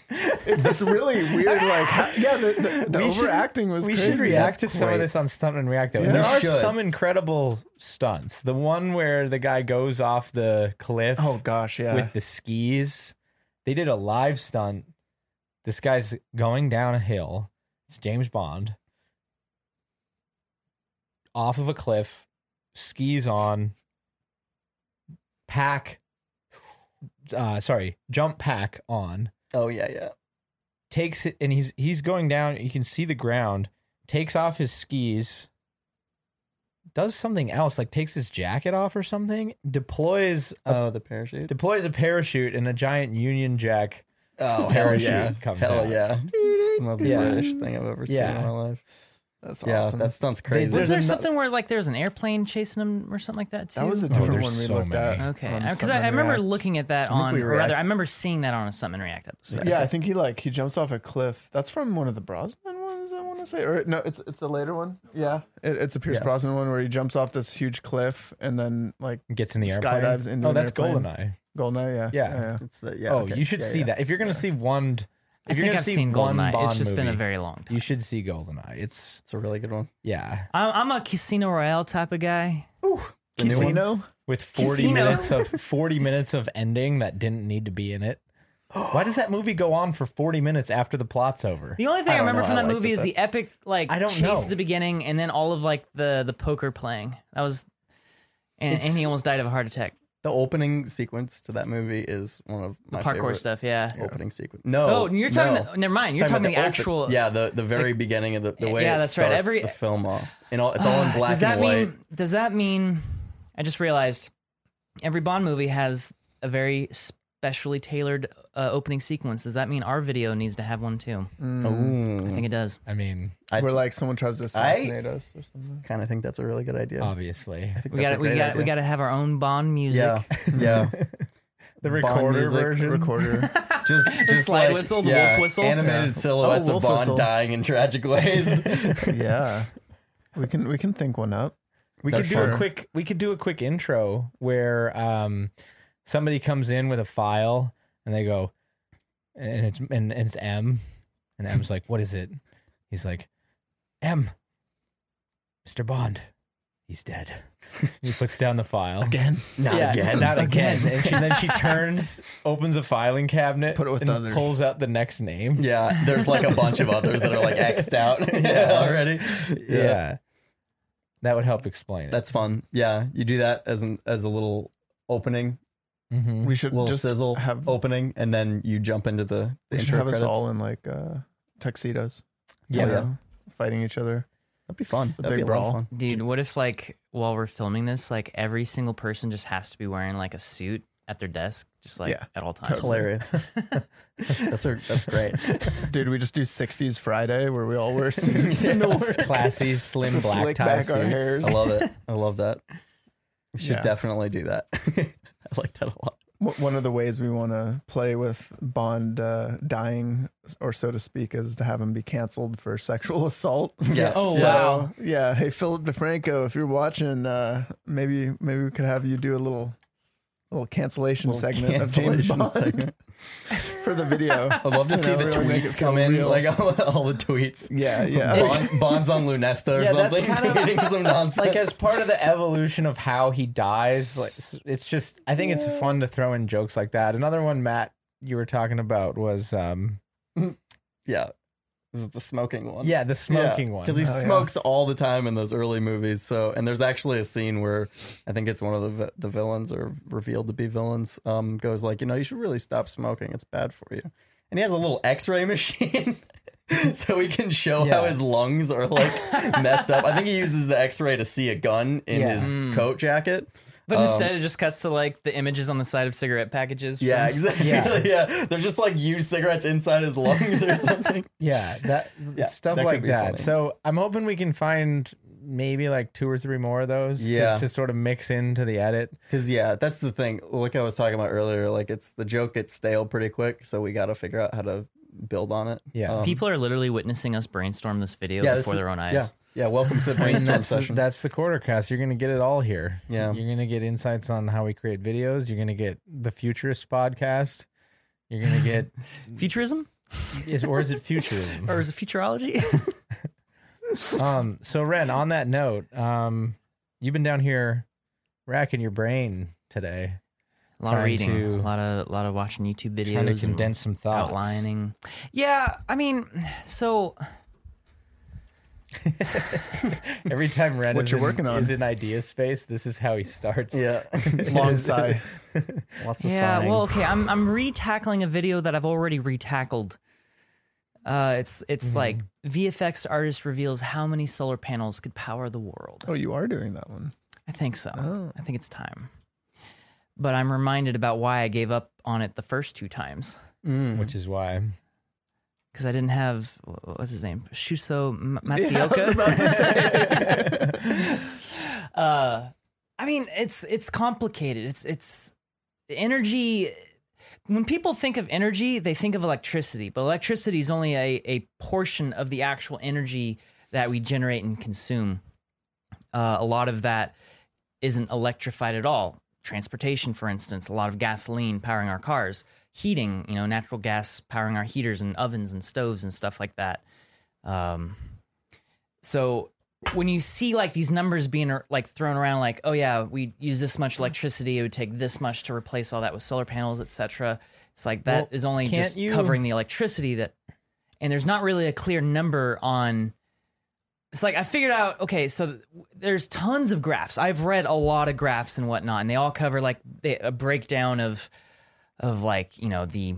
it's, it's really weird. Like how, yeah, the, the, the
We should-
overacting was
we
crazy.
should react to
That's
some of
great.
this on Stunt and React though.
Yeah.
There
We
are
should.
some incredible stunts. The one where the guy goes off the cliff
Oh gosh, yeah.
with the skis. They did a live stunt. This guy's going down a hill. It's James Bond. Off of a cliff, skis on, pack, uh, sorry, jump pack on,
Oh yeah, yeah.
takes it, and he's he's going down. You can see the ground. Takes off his skis. Does something else, like takes his jacket off or something. Deploys a
Oh, the parachute.
deploys a parachute and a giant Union Jack.
Oh, hell
parachute
yeah.
comes
hell
out.
yeah. Most
Yeah.
British thing I've ever seen
Yeah.
in my life.
That's
Yeah,
awesome.
that stunt's crazy.
There's
Was there
ano-
something where like there was an airplane chasing him or something like that too?
that was a
Oh,
different
there's
one we
so
looked
many.
at.
okay.
on
Because I,
Stuntman
I remember
React.
looking at that
think
on,
we
or rather,
react-
I remember seeing that on a Stuntman React episode.
Yeah, I think he like he jumps off a cliff. That's from one of the Brosnan ones. I want to say, or no, it's it's a later one. Yeah, it, it's a Pierce
Yeah.
Brosnan one where he jumps off this huge cliff and then like
Gets in the airplane.
Skydives into
oh,
an
that's
airplane.
Goldeneye.
Goldeneye. Yeah,
Yeah.
It's the, yeah,
oh,
okay.
you should
Yeah,
see
yeah.
that. If you're gonna see one,
I
if you're
think
gonna
I've
see
seen
one
Goldeneye.
Bond
It's just been a
movie,
very long time.
You should see Goldeneye. It's
It's a really good one.
yeah,
I'm, I'm a Casino Royale type of guy.
The new one?
Casino.
with 40
Casino.
minutes of 40 minutes of ending that didn't need to be in it. Why does that movie go on for 40 minutes after the plot's over?
The only thing I,
I don't
remember
know.
from
I
that
liked
movie
it,
is the epic like
I don't
chase
know.
at the beginning and then all of like the the poker playing. That was and, and he almost died of a heart attack.
The opening sequence to that movie is one of my
Parkour
favorite
stuff, yeah.
Opening sequence. No.
Oh, you're talking.
no.
The, never mind. You're talking,
about
the,
open-
actual.
yeah, the, the very beginning of the, the way
Yeah,
it
that's right.
starts
Every- Oh,
the film off. And all, it's all in black
does that
and white.
mean? Does that mean? I just realized every Bond movie has a very specially tailored uh, opening sequence. Does that mean our video needs to have one too? I think it does.
I mean,
Oh, I-
Mm. where like someone tries to assassinate us or something.
kind of think that's a really good idea.
obviously,
Oh, We got. We got. We got to have our own Bond music.
Yeah, yeah.
the
recorder
Like,
version.
recorder.
Just, just
slide
like,
whistle, the
yeah,
wolf whistle.
Animated silhouettes
Oh, wolf
of Bond
whistle.
dying in tragic ways.
yeah, we can we can think one up.
We could
That's
do a
fair.
quick we could do a quick intro where um somebody comes in with a file and they go and it's and, and it's M and M's like, What is it? He's like, M Mr. Bond, he's dead. He puts down the file. Again.
Not again.
Not again. and, she, then she turns, opens a filing cabinet,
Put it with
and
others.
pulls out the next name.
Yeah, there's like a bunch of others that are like X'd out already.
Yeah. That would help explain it.
That's fun. Yeah, you do that as an as a little opening,
Mhm.
We should
little
just
sizzle
have
opening, and then you jump into the, the
we should
intro
have us
credits.
all in like uh, tuxedos.
Yeah.
you know, fighting each other.
That'd be fun.
a
That'd be
big
a lot of
brawl.
fun.
Dude, what if like while we're filming this, like every single person just has to be wearing like a suit at their desk, just like
Yeah.
at all times.
Hilarious. that's a, that's great.
Dude, we just do 60s Friday where we all wear suits into work.
Classy, slim black
Slick
tie
back our
suits.
hairs.
I love it. I love that. We should
Yeah.
definitely do that. I like that a lot.
w- one of the ways we want to play with Bond uh, dying, or so to speak, is to have him be canceled for sexual assault.
Yeah.
Oh,
So,
wow.
Yeah. Hey, Philip DeFranco, if you're watching, uh, maybe maybe we could have you do a little little cancellation
Little
segment of James
cancellation
Bond
segment.
for the video.
I'd love to see
know,
the
really make it
tweets come
feel
in,
real.
like all the tweets.
Yeah. Yeah.
Bond, Bond's on Lunesta or
Yeah, that's
something,
kind of-
tweeting some nonsense.
like as part of the evolution of how he dies like s- it's just i think it's fun to throw in jokes like that another one matt you were talking about was um
yeah, this is the smoking one.
yeah the smoking one Uh,
because he
Oh, yeah.
smokes all the time in those early movies. So, and there's actually a scene where I think it's one of the vi- the villains or revealed to be villains um, goes like, you know, you should really stop smoking. It's bad for you. And he has a little X-ray machine. So he can show how
Yeah.
his lungs are like messed up. I think he uses the X-ray to see a gun in
Yeah.
his coat jacket.
But instead, it just cuts to like the images on the side of cigarette packages. from-
Yeah, exactly. Yeah.
Yeah.
they're just like used cigarettes inside his lungs or something.
yeah that
Yeah,
stuff
that could
like
be
that
funny.
so i'm hoping we can find maybe like two or three more of those to-
Yeah.
to, sort of mix into the edit
Because yeah, that's the thing. Like I was talking about earlier, like it's the joke gets stale pretty quick, so we got to figure out how to build on it.
Yeah.
Um,
People are literally witnessing us brainstorm this video
yeah, this
before
is-
their own eyes.
Yeah, yeah. Welcome to the
I mean,
brainstorm
that's,
session.
the, that's the quarter cast. You're going to get it all here.
Yeah.
You're going to get insights on how we create videos. You're going to get the futurist podcast. You're going to get,
Futurism?
is, or is it futurism?
Or is it futurology?
um so ren on that note um you've been down here racking your brain today
a lot of
Trying
reading,
to-
a lot of, lot of watching YouTube videos.
trying to
and
condense some thoughts
Outlining. Yeah, I mean, so
every time ren
What
is,
you're
in,
working on.
is in idea space this is how he starts
yeah,
Long sigh.
Lots of
yeah,
sighing.
well, okay, I'm I'm retackling a video that I've already retackled. Uh, it's it's
Mm-hmm.
like VFX artist reveals how many solar panels could power the world.
Oh, you are doing that one.
I think so.
Oh.
I think it's time. But I'm reminded about why I gave up on it the first two times
which is why
because I didn't have wh- what's his name Shuso M-
I was
Matsuoka.
about to say.
uh, I mean, it's it's complicated. It's it's energy. When people think of energy, they think of electricity, but electricity is only a, a portion of the actual energy that we generate and consume. Uh, a lot of that isn't electrified at all. Transportation, for instance, a lot of gasoline powering our cars, heating, you know, natural gas powering our heaters and ovens and stoves and stuff like that. Um, so when you see like these numbers being uh, like thrown around, like oh yeah, we use this much electricity, it would take this much to replace all that with solar panels, etc. It's like that
Well,
is only
can't
just
you-
covering the electricity that, and there's not really a clear number on. It's like I figured out. Okay, so th- there's tons of graphs. I've read a lot of graphs and whatnot, and they all cover like they, a breakdown of, of like you know the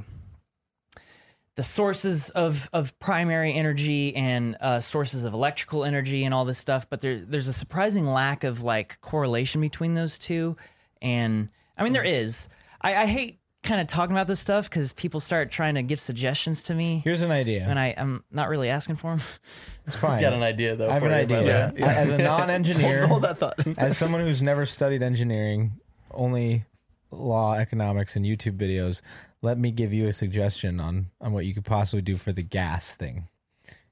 the sources of of primary energy and uh, sources of electrical energy and all this stuff, but there there's a surprising lack of like correlation between those two. And I mean, there is. I, I hate kind of talking about this stuff because people start trying to give suggestions to me,
here's an idea
and I I'm not really asking for them.
it's fine
Got an idea though.
i have
for
an
you, by
idea
the way.
I- as a non-engineer
Hold that thought.
as someone who's never studied engineering only law economics and youtube videos let me give you a suggestion on on what you could possibly do for the gas thing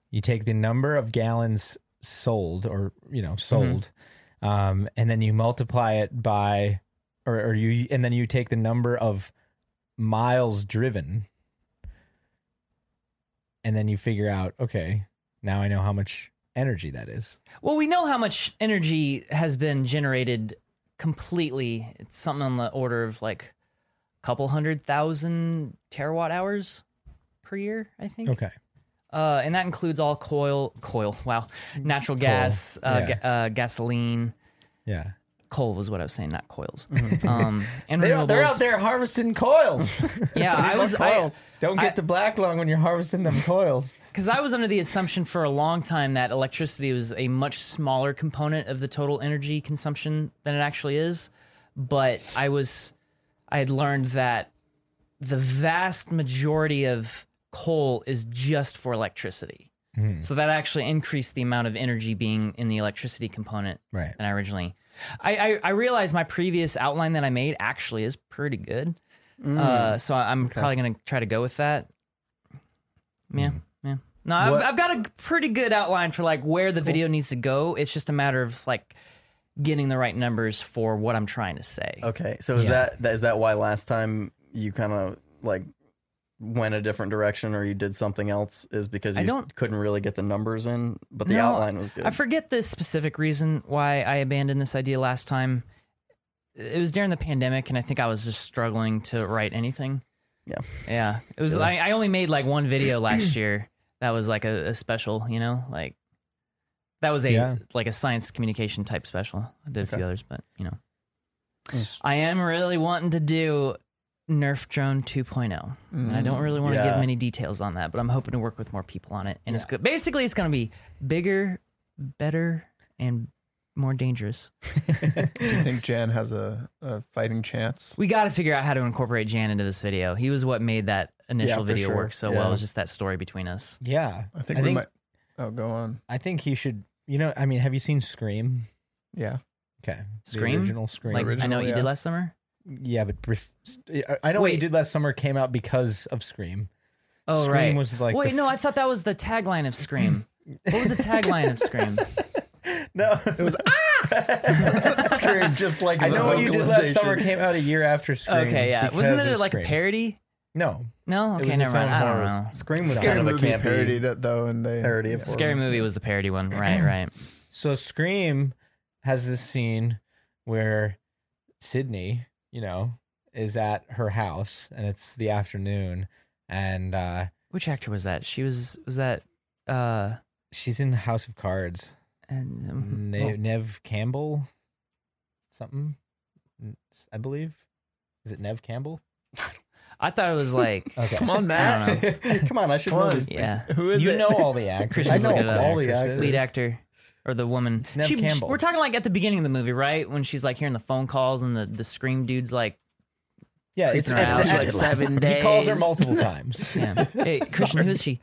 you take the number of gallons sold or you know sold um, and then you multiply it by or, or you and then you take the number of miles driven and then you figure out okay now i know how much energy that is
Well, we know how much energy has been generated completely. It's something on the order of like a couple hundred thousand terawatt hours per year, I think.
okay
Uh, and that includes all coil, coil, wow, natural gas, uh,
yeah.
ga- uh, gasoline.
yeah
Coal was what I was saying, not coils.
Mm-hmm.
um, and
They're,
renewables.
they're out there harvesting coils.
Yeah, I was. I,
coils. Don't get
I-
the black lung when you're harvesting them coils.
Because I was under the assumption for a long time that electricity was a much smaller component of the total energy consumption than it actually is. But I was, I had learned that the vast majority of coal is just for electricity. So that actually increased the amount of energy being in the electricity component
Right.
than I originally. I, I, I realized my previous outline that I made actually is pretty good. Uh, so I- I'm probably gonna try to go with that. Yeah, yeah. No, I've,
What-
I've got a g- pretty good outline for like where the video needs to go. It's just a matter of like getting the right numbers for what I'm trying to say.
Okay, so is
Yeah.
that that is that why last time you kind of like went a different direction or you did something else is because
I
you s-
don't-
couldn't really get the numbers in, but the
No,
outline was good.
I forget the specific reason why I abandoned this idea last time. It was during the pandemic, and I think I was just struggling to write anything.
Yeah.
yeah. It was. I, I only made like one video last year. That was like a, a special, you know, like that was a
Yeah.
like a science communication type special. I did a few others, but you know, I am really wanting to do Nerf Drone 2.0. And I don't really want to
Yeah.
give many details on that, but I'm hoping to work with more people on it. And it's good. Basically, it's going to be bigger, better, and more dangerous.
Do you think Jan has a, a fighting chance?
We got to figure out how to incorporate Jan into this video. He was what made that initial
for
video
sure.
work so
Yeah.
well. It was just that story between us.
Yeah,
I think
I
we
think
might. Oh, go on.
I think he should. You know, I mean, have you seen Scream?
Yeah.
Okay, The
Scream?
original Scream.
Like I know
Original,
what you
yeah.
did last summer.
yeah, but brief, I know what you
Wait.
did last summer came out because of Scream.
Oh
Scream
right.
was like the
Wait, no,
f-
I thought that was the tagline of Scream. what was the tagline of Scream?
no, it was ah, scream just like
I
the
know what you did last
vocalization.
summer came out a year after Scream.
Okay, yeah.
because
Wasn't it
of
like a
Scream.
parody?
No,
No.
It
Okay,
was
never
its
mind.
own
I don't
horror.
know.
Scream was
Scary
kind of a
movie
campy
parodied it though, and they
parody of horror.
Scary movie was the parody one. Right, right.
So Scream has this scene where Sydney, you know, is at her house and it's the afternoon and uh
Which actor was that? She was was that uh
she's in House of Cards.
and um,
Ne- Nev Campbell something I believe. Is it Nev Campbell?
I thought it was like
Okay.
Come on,
I don't
Matt.
know.
Come on, I should
Come
know
on.
these things.
yeah
Who is
You
it?
know all the actors.
Christian's looking it up.
all the actors.
lead actor or the woman.
Nev Campbell.
We're talking like at the beginning of the movie, right? When she's like hearing the phone calls and the the scream dude's like
Yeah, it's,
Creeping
it's,
around.
it's,
Like
seven
He calls her
days.
multiple times.
yeah. hey Christian, who's she?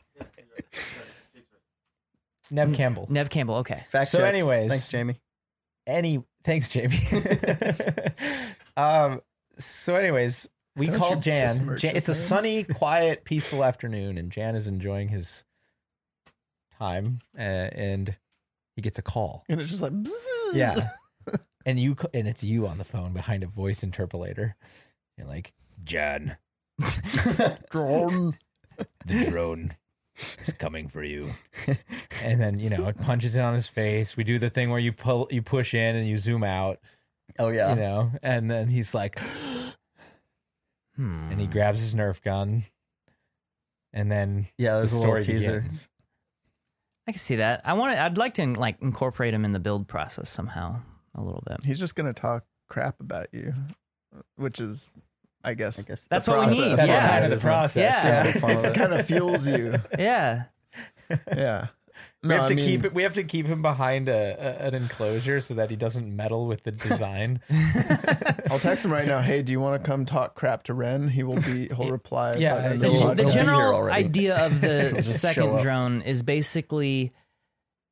Nev Campbell.
Nev Campbell. Okay.
Fact
So
checks.
anyways.
thanks Jamie.
any thanks jamie um so anyways we
Don't
call
you
jan,
besmirch
jan it's a
us,
sunny quiet peaceful afternoon and jan is enjoying his time uh, and he gets a call
And it's just like.
yeah and you c- and it's you on the phone behind a voice interpolator you're like jan
Drone.
the drone is coming for you. and then, you know, it punches in on his face. We do the thing where you pull you push in and you zoom out,
Oh yeah,
you know, and then he's like
Hmm.
and he grabs his Nerf gun. And then
yeah.
the
There's a little
story
teaser.
begins.
I can see that. I want to. I'd like to like incorporate him in the build process somehow a little bit.
He's just gonna talk crap about you, which is, I guess,
I guess
That's
the
what we
process.
need,
That's
Yeah.
kind of the process.
Yeah.
Yeah, fun with it.
kind of fuels you.
Yeah.
Yeah.
We
No,
have
I
to
mean,
keep it. We have to keep him behind a, a, an enclosure so that he doesn't meddle with the design.
I'll text him right now. Hey, do you want to come talk crap to Ren? He will be. He'll reply.
Yeah,
by end
the,
of
gen-
month.
the
He'll be here
general
already.
idea of the
just show
second
up.
drone is basically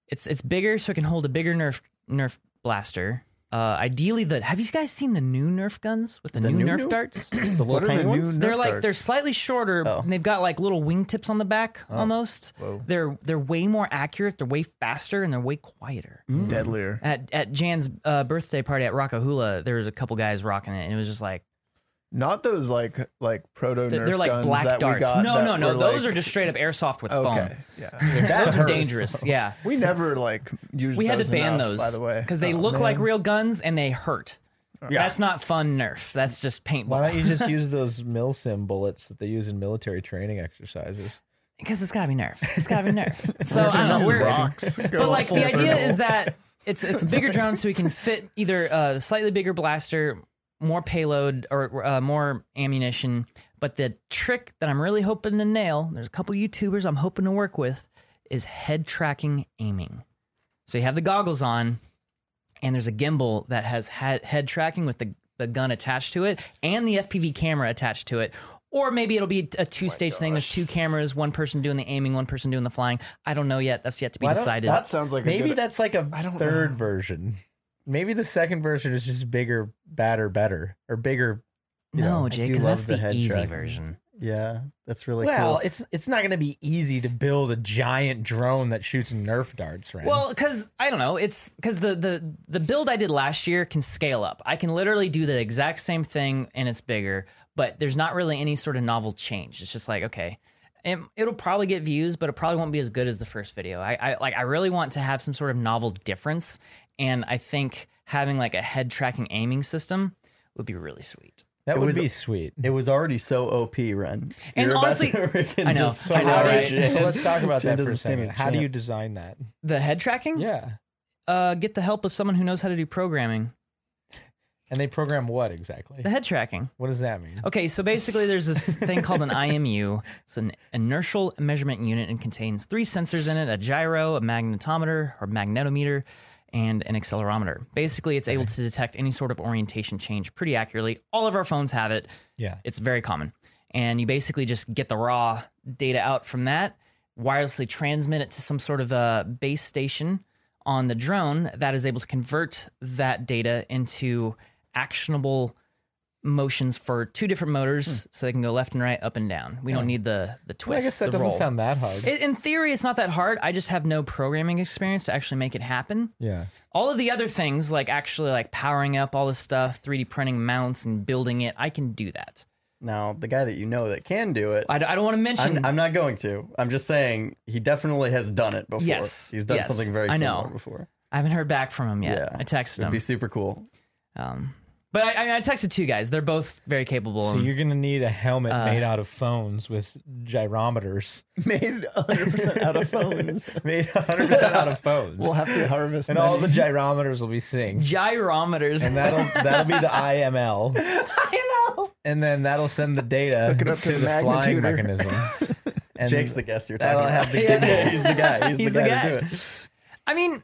it's it's bigger so it can hold a bigger nerf nerf blaster uh ideally the have you guys seen the new nerf guns with the, new,
new
nerf
new?
darts
The little
What are
tiny
the new?
ones?
they're
Nerf
like
darts? Oh.
they're slightly shorter
Oh.
and they've got like little wingtips on the back almost
Whoa.
they're they're way more accurate they're way faster and they're way quieter
Mm. deadlier.
at at jan's uh, birthday party at rockahula there was a couple guys rocking it and it was just like
Not those like like proto
they're,
nerf
they're like
guns
black
that we
darts
got.
no
that
no no
were,
those
like-
are just straight up airsoft with
okay.
foam
Yeah,
those are
hurts.
dangerous. Yeah.
We never like used.
We had
those
to ban
enough,
those
by the way,
because they
Oh,
look
man.
like real guns and they hurt.
Yeah.
That's not fun Nerf. That's just
Why
paintball.
don't you just use those milsim bullets that they use in military training exercises?
Because it's gotta be Nerf. It's gotta be Nerf. So I don't know. We're,
rocks.
but like the idea is that it's it's a bigger drone so we can fit either a slightly bigger blaster, more payload, or uh, more ammunition. But the trick that I'm really hoping to nail, there's a couple YouTubers I'm hoping to work with, is head tracking aiming. So you have the goggles on, and there's a gimbal that has head, head tracking with the, the gun attached to it and the FPV camera attached to it. Or maybe it'll be a
Oh
two stage thing. There's two cameras, one person doing the aiming, one person doing the flying. I don't know yet. That's yet to be
Why don't-
decided.
that sounds like a
Maybe
good,
that's like a
don't
third version. Maybe the second version is just bigger, badder, better, or bigger,
No,
I
Jake,
do
because
love
that's
the
the,
head
easy
track.
version.
Yeah, that's really
well,
cool.
it's it's not going to be easy to build a giant drone that shoots Nerf darts, right?
Well, because I don't know, it's because the, the the build I did last year can scale up. I can literally do the exact same thing and it's bigger, but there's not really any sort of novel change. It's just like okay, it, it'll probably get views, but it probably won't be as good as the first video. I, I like I really want to have some sort of novel difference, and I think having like a head tracking aiming system would be really sweet.
that would
was-
be sweet.
It was already so OP, Ren.
And
You're
honestly-
about to freaking
I know,
destroy
I know, right?
Jen.
So let's talk about that
Jen
for a
doesn't stand
second. How do
chance.
you design that?
The head tracking,
Yeah,
uh, get the help of someone who knows how to do programming.
and they program what exactly?
The head tracking.
What does that mean?
Okay, so basically, there's this thing called an IMU. It's an inertial measurement unit and contains three sensors in it a gyro, a magnetometer or magnetometer, and an accelerometer. Basically, it's able to detect any sort of orientation change pretty accurately. All of our phones have it,
Yeah,
it's very common. And you basically just get the raw data out from that, wirelessly transmit it to some sort of a base station on the drone that is able to convert that data into actionable motions for two different motors so they can go left and right, up and down. We don't need the the
Well, I
twist.
guess that
the
doesn't
roll.
sound that hard.
I- in theory, it's not that hard. I just have no programming experience to actually make it happen
yeah,
all of the other things like actually like powering up all this stuff 3d printing mounts and building it i can do that
Now, the guy that you know that can do it,
i, d- I don't want to mention
I'm, I'm not going to. I'm just saying he definitely has done it before.
Yes,
He's done
yes,
something very
I know.
similar before.
i haven't heard back from him yet
Yeah.
i texted
It'd
him
be super cool.
um, but I, I, mean, I texted two guys they're both very capable
so
and-
you're gonna need a helmet
Uh.
made out of phones with gyrometers,
Made 100% out of phones.
made 100 percent out of phones,
We'll have to harvest
and
many.
all the gyrometers will be synced.
gyrometers
And that'll that'll be the IML,
i know
and then that'll send the data
it up to
the
the
flying
magnitude.
mechanism. And
Jake's the guest you're talking
that'll
about.
have the
Yeah.
He's the guy. He's,
He's
the
the
guy, to
guy.
do it.
i mean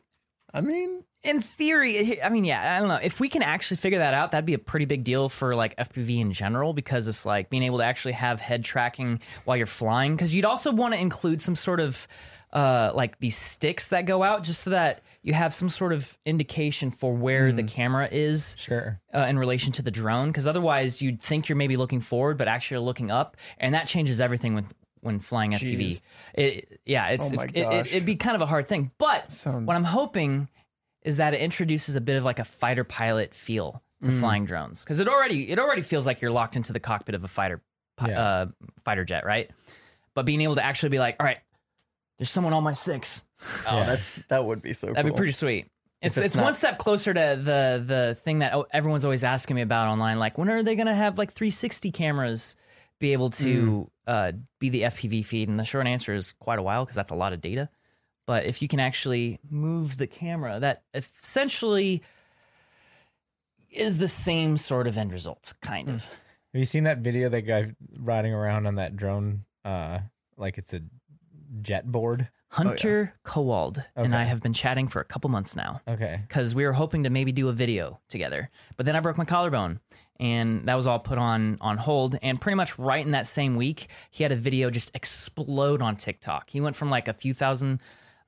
I mean,
in theory i mean yeah i don't know if we can actually figure that out that'd be a pretty big deal for like fpv in general because it's like being able to actually have head tracking while you're flying because you'd also want to include some sort of uh, like these sticks that go out just so that you have some sort of indication for where
Hmm.
the camera is
sure.
uh, in relation to the drone because otherwise you'd think you're maybe looking forward but actually you're looking up and that changes everything with when flying fpv it, yeah it's,
Oh
it's
my
it, it,
gosh.
it'd be kind of a hard thing but
Sounds-
what i'm hoping is that it introduces a bit of like a fighter pilot feel to flying drones because it already it already feels like you're locked into the cockpit of a fighter pi-
Yeah.
uh, fighter jet right but being able to actually be like all right there's someone on my six
Oh, that's that would be so.
That'd
cool.
be pretty sweet. It's
it's
it's,
not-
one step closer to the the thing that oh, everyone's always asking me about online. Like, when are they gonna have like 360 cameras be able to uh, be the FPV feed? And the short answer is quite a while because that's a lot of data. But if you can actually move the camera, that essentially is the same sort of end result, kind of.
Have you seen that video that guy riding around on that drone? Uh, like it's a jet board.
Hunter Kowald and I
Okay.
have been chatting for a couple months now.
Okay.
because we were hoping to maybe do a video together. But then I broke my collarbone, and that was all put on on hold. And pretty much right in that same week, he had a video just explode on TikTok. He went from like a few thousand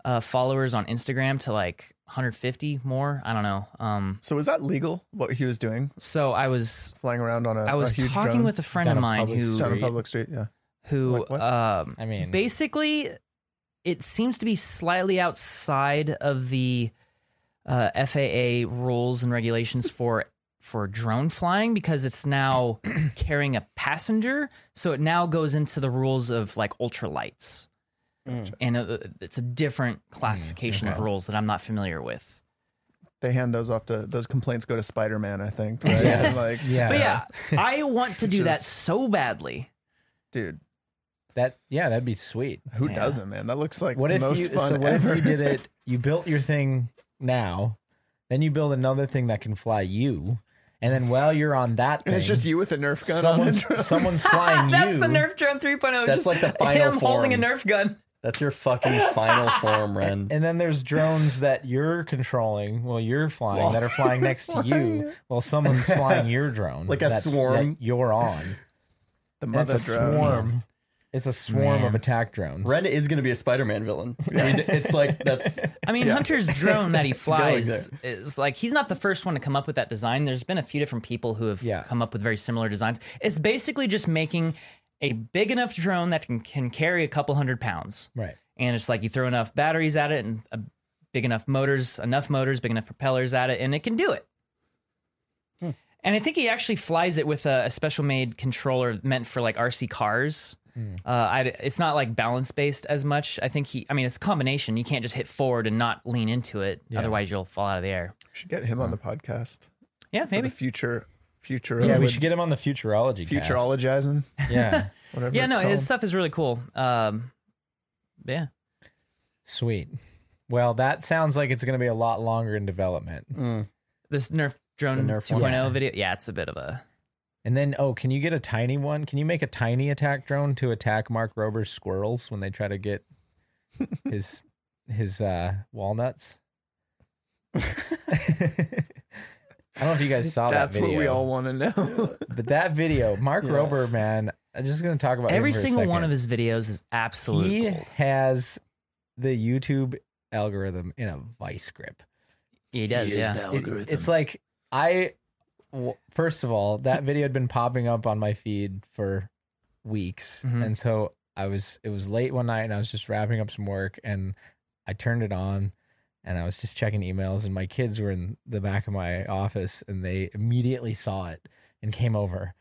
uh, followers on Instagram to like 150 more. I don't know. Um,
so was that legal? What he was doing,
so I was
flying around on a
I was
a huge
talking
drone
with a friend
Down
of
a
mine
public
who
down a public street? Yeah.
who
Like what?
um
I mean-
basically it seems to be slightly outside of the uh, FAA rules and regulations for for drone flying because it's now carrying a passenger so it now goes into the rules of like ultralights and uh, it's a different
Mm,
classification of rules that I'm not familiar with
They hand those off to those complaints go to Spider Man, I think. Right?
Yes.
Like,
Yeah.
but yeah I want to do that so badly
dude,
That yeah, that'd be sweet.
who
Yeah.
doesn't, man? That looks like
What
the
if
most
you
fun
so what
ever.
if you did it you built your thing now, then you build another thing that can fly you, and then while you're on that thing,
and it's just you with a Nerf gun on the
someone's
drone.
someone's flying
that's
you.
the Nerf drone 3.0
That's
just
like the final
him holding a
form.
Nerf gun
That's your fucking final form, Ren.
And then there's drones that you're controlling while you're flying that are flying next to you while someone's flying your drone.
Like a
that's-
swarm.
that you're on.
the
That's
mother
a
drone.
swarm. It's a swarm
Man.
of attack drones.
Ren is going to be a Spider-Man villain. I mean, it's like that's
I mean, Hunter's drone that he
going
flies is like he's not the first one to come up with that design. There's been a few different people who have
Yeah.
come up with very similar designs. It's basically just making a big enough drone that can, can carry a couple hundred pounds.
Right.
And it's like you throw enough batteries at it and a big enough motors, enough motors, big enough propellers at it, and it can do it. And I think he actually flies it with a, a special made controller meant for like RC cars. Uh, I, it's not like balance based as much. I think he, I mean, it's a combination. You can't just hit forward and not lean into it. Otherwise, you'll fall out of the air.
should get him on the podcast
Yeah,
for the
maybe.
future, future,
Yeah, we should get him on the futurology. cast.
futurologizing.
Yeah.
Whatever.
Yeah,
it's
no, his
called.
stuff is really cool. Um, yeah.
Sweet. Well, that sounds like it's going to be a lot longer in development.
This Nerf drone
The Nerf
2.0
one.
video. Yeah, it's a bit of a.
And then, oh, can you get a tiny one? Can you make a tiny attack drone to attack Mark Rober's squirrels when they try to get his his uh, walnuts? I don't know if you guys saw
That's
that video,
what we all want to know.
but that video, Mark
Yeah.
Rober, man, I'm just going to talk about him
Every
for a
single one
second.
of his videos is absolute.
He
gold.
has the YouTube algorithm in a vice grip.
He does, yeah.
It- it's like I w- first of all, that video had been popping up on my feed for weeks,
Mhm.
and so I was it was late one night, and I was just wrapping up some work, and I turned it on, and I was just checking emails, and my kids were in the back of my office, and they immediately saw it and came over,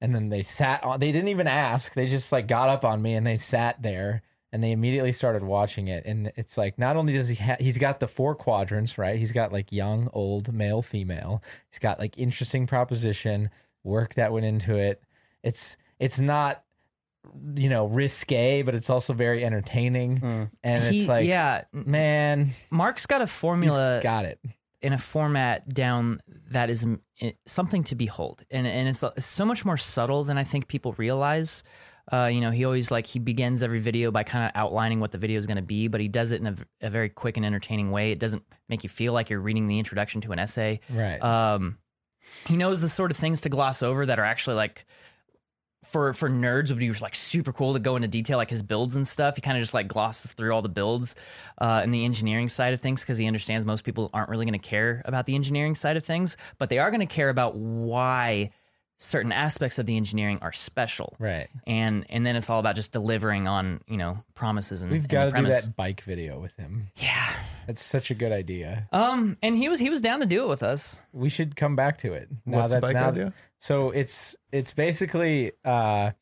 and then they sat on. They didn't even ask; they just like got up on me, and they sat there. And they immediately started watching it, and it's like not only does he ha- he's got the four quadrants right, he's got like young, old, male, female, it's got like interesting proposition, work that went into it. It's it's not you know risque, but it's also very entertaining. And
He-
it's like,
yeah,
man,
Mark's got a
he's
formula
got it.
in a format down that is um, i- something to behold, and and it's, it's so much more subtle than I think people realize. Uh, you know, he always like he begins every video by kind of outlining what the video is going to be, but he does it in a, v- a very quick and entertaining way. It doesn't make you feel like you're reading the introduction to an essay.
Right.
Um, he knows the sort of things to gloss over that are actually like for for nerds would be like super cool to go into detail like his builds and stuff. He kind of just like glosses through all the builds uh, and the engineering side of things because he understands most people aren't really going to care about the engineering side of things, but they are going to care about why certain aspects of the engineering are special.
right.
And and then it's all about just delivering on you know promises and
We've
and
got to
the
do
premise.
that bike video with him.
Yeah.
That's such a good idea.
Um. And he was he was down to do it with us.
We should come back to it. Now
What's the bike
now-
idea?
So it's it's basically uh,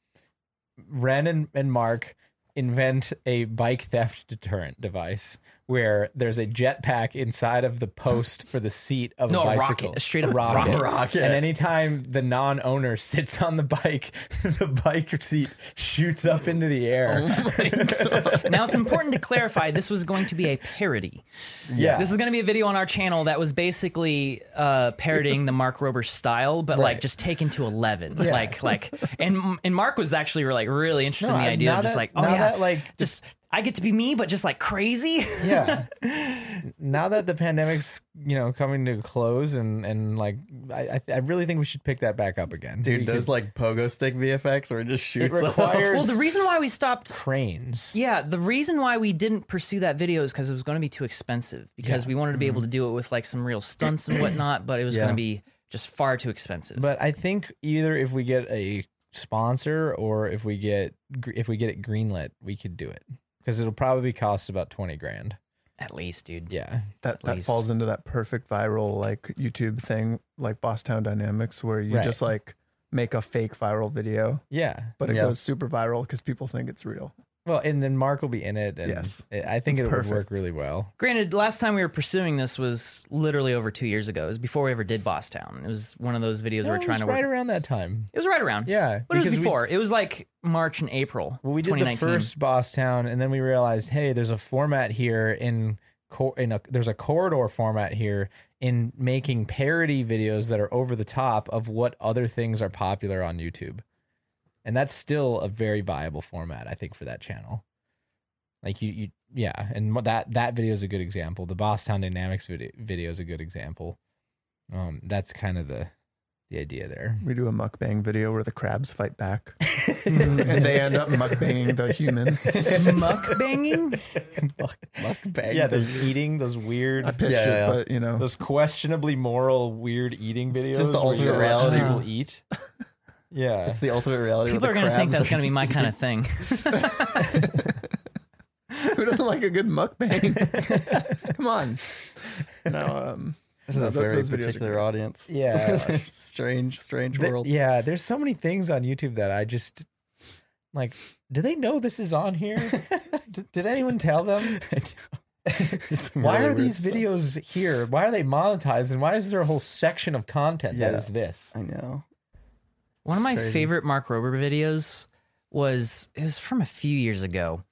Ren and, and Mark invent a bike theft deterrent device where there's a jetpack inside of the post for the seat of
No,
a
a rocket,
bicycle.
a straight up
rocket.
And anytime the non-owner sits on the bike, the bike seat shoots up into the
Oh
air.
now it's important to clarify this was going to be a parody.
yeah.
This is going to be a video on our channel that was basically uh, parodying the Mark Rober style, but like
Right.
just taken to eleven. Like like and and Mark was actually like really interested
No,
in the
I-
idea
now
of just
that-
like oh
now
yeah,
that, like,
just I get to be me, but just like crazy.
yeah now that the pandemic's you know coming to a close and and like i I- i really think we should pick that back up again
dude,
We
those
could-
like pogo stick VFX where it just
it
shoots up.
requires
uh, well, the reason why we stopped
cranes
Yeah, the reason why we didn't pursue that video is because it was going to be too expensive. Because we wanted to be
Mm-hmm.
able to do it with like some real stunts and whatnot, but it was going to be just far too expensive.
but i think either if we get a sponsor or if we get gr- if we get it greenlit we could do it because it'll probably cost about 20 grand
At least, dude.
yeah
That that
least.
falls into that perfect viral like YouTube thing, like Boston Dynamics, where you
Right.
just like make a fake viral video,
yeah
but it
Yeah.
goes super viral because people think it's real.
well and then mark will be in it and
Yes.
i I think
That's
it would work
perfect.
really well
Granted, last time we were pursuing this was literally over two years ago. It was before we ever did Boss Town. It was one of those videos
No,
we're
it
trying
was
to
right
work.
around that time
It was right around.
yeah
But it was
because we-
before. It was like March and April.
Well, we did the
2019.
first Boss Town, and then we realized, hey, there's a format here in cor- in a there's a corridor format here in making parody videos that are over the top of what other things are popular on YouTube, and that's still a very viable format, I think, for that channel. Like you, you yeah, and what- that that video is a good example. The Boss Town Dynamics video, video is a good example. Um, that's kind of the the idea there.
We do a mukbang video where the crabs fight back, and they end up mukbanging the human.
Muck banging?
Mukbang.
Yeah, those eating, those weird,
I pitched
Yeah,
it,
yeah.
but you know,
those questionably moral, weird eating videos.
It's just the
where you
alternate
watch
reality.
People eat. Yeah.
It's the alternate reality.
People are going to think that's going to be my kind of thing.
who doesn't like a good mukbang? Come on. No, um,
This is a
no, tho-
very
those videos are
particular
great.
audience.
Yeah. E
strange, strange
Th-
world.
yeah, there's so many things on YouTube that I just like. Do they know this is on here? D- did anyone tell them? Why are these videos here? Why are they monetized? And why is there a whole section of content that
Yeah.
is this?
I know.
One of my
Crazy.
favorite Mark Rober videos was it was from a few years ago.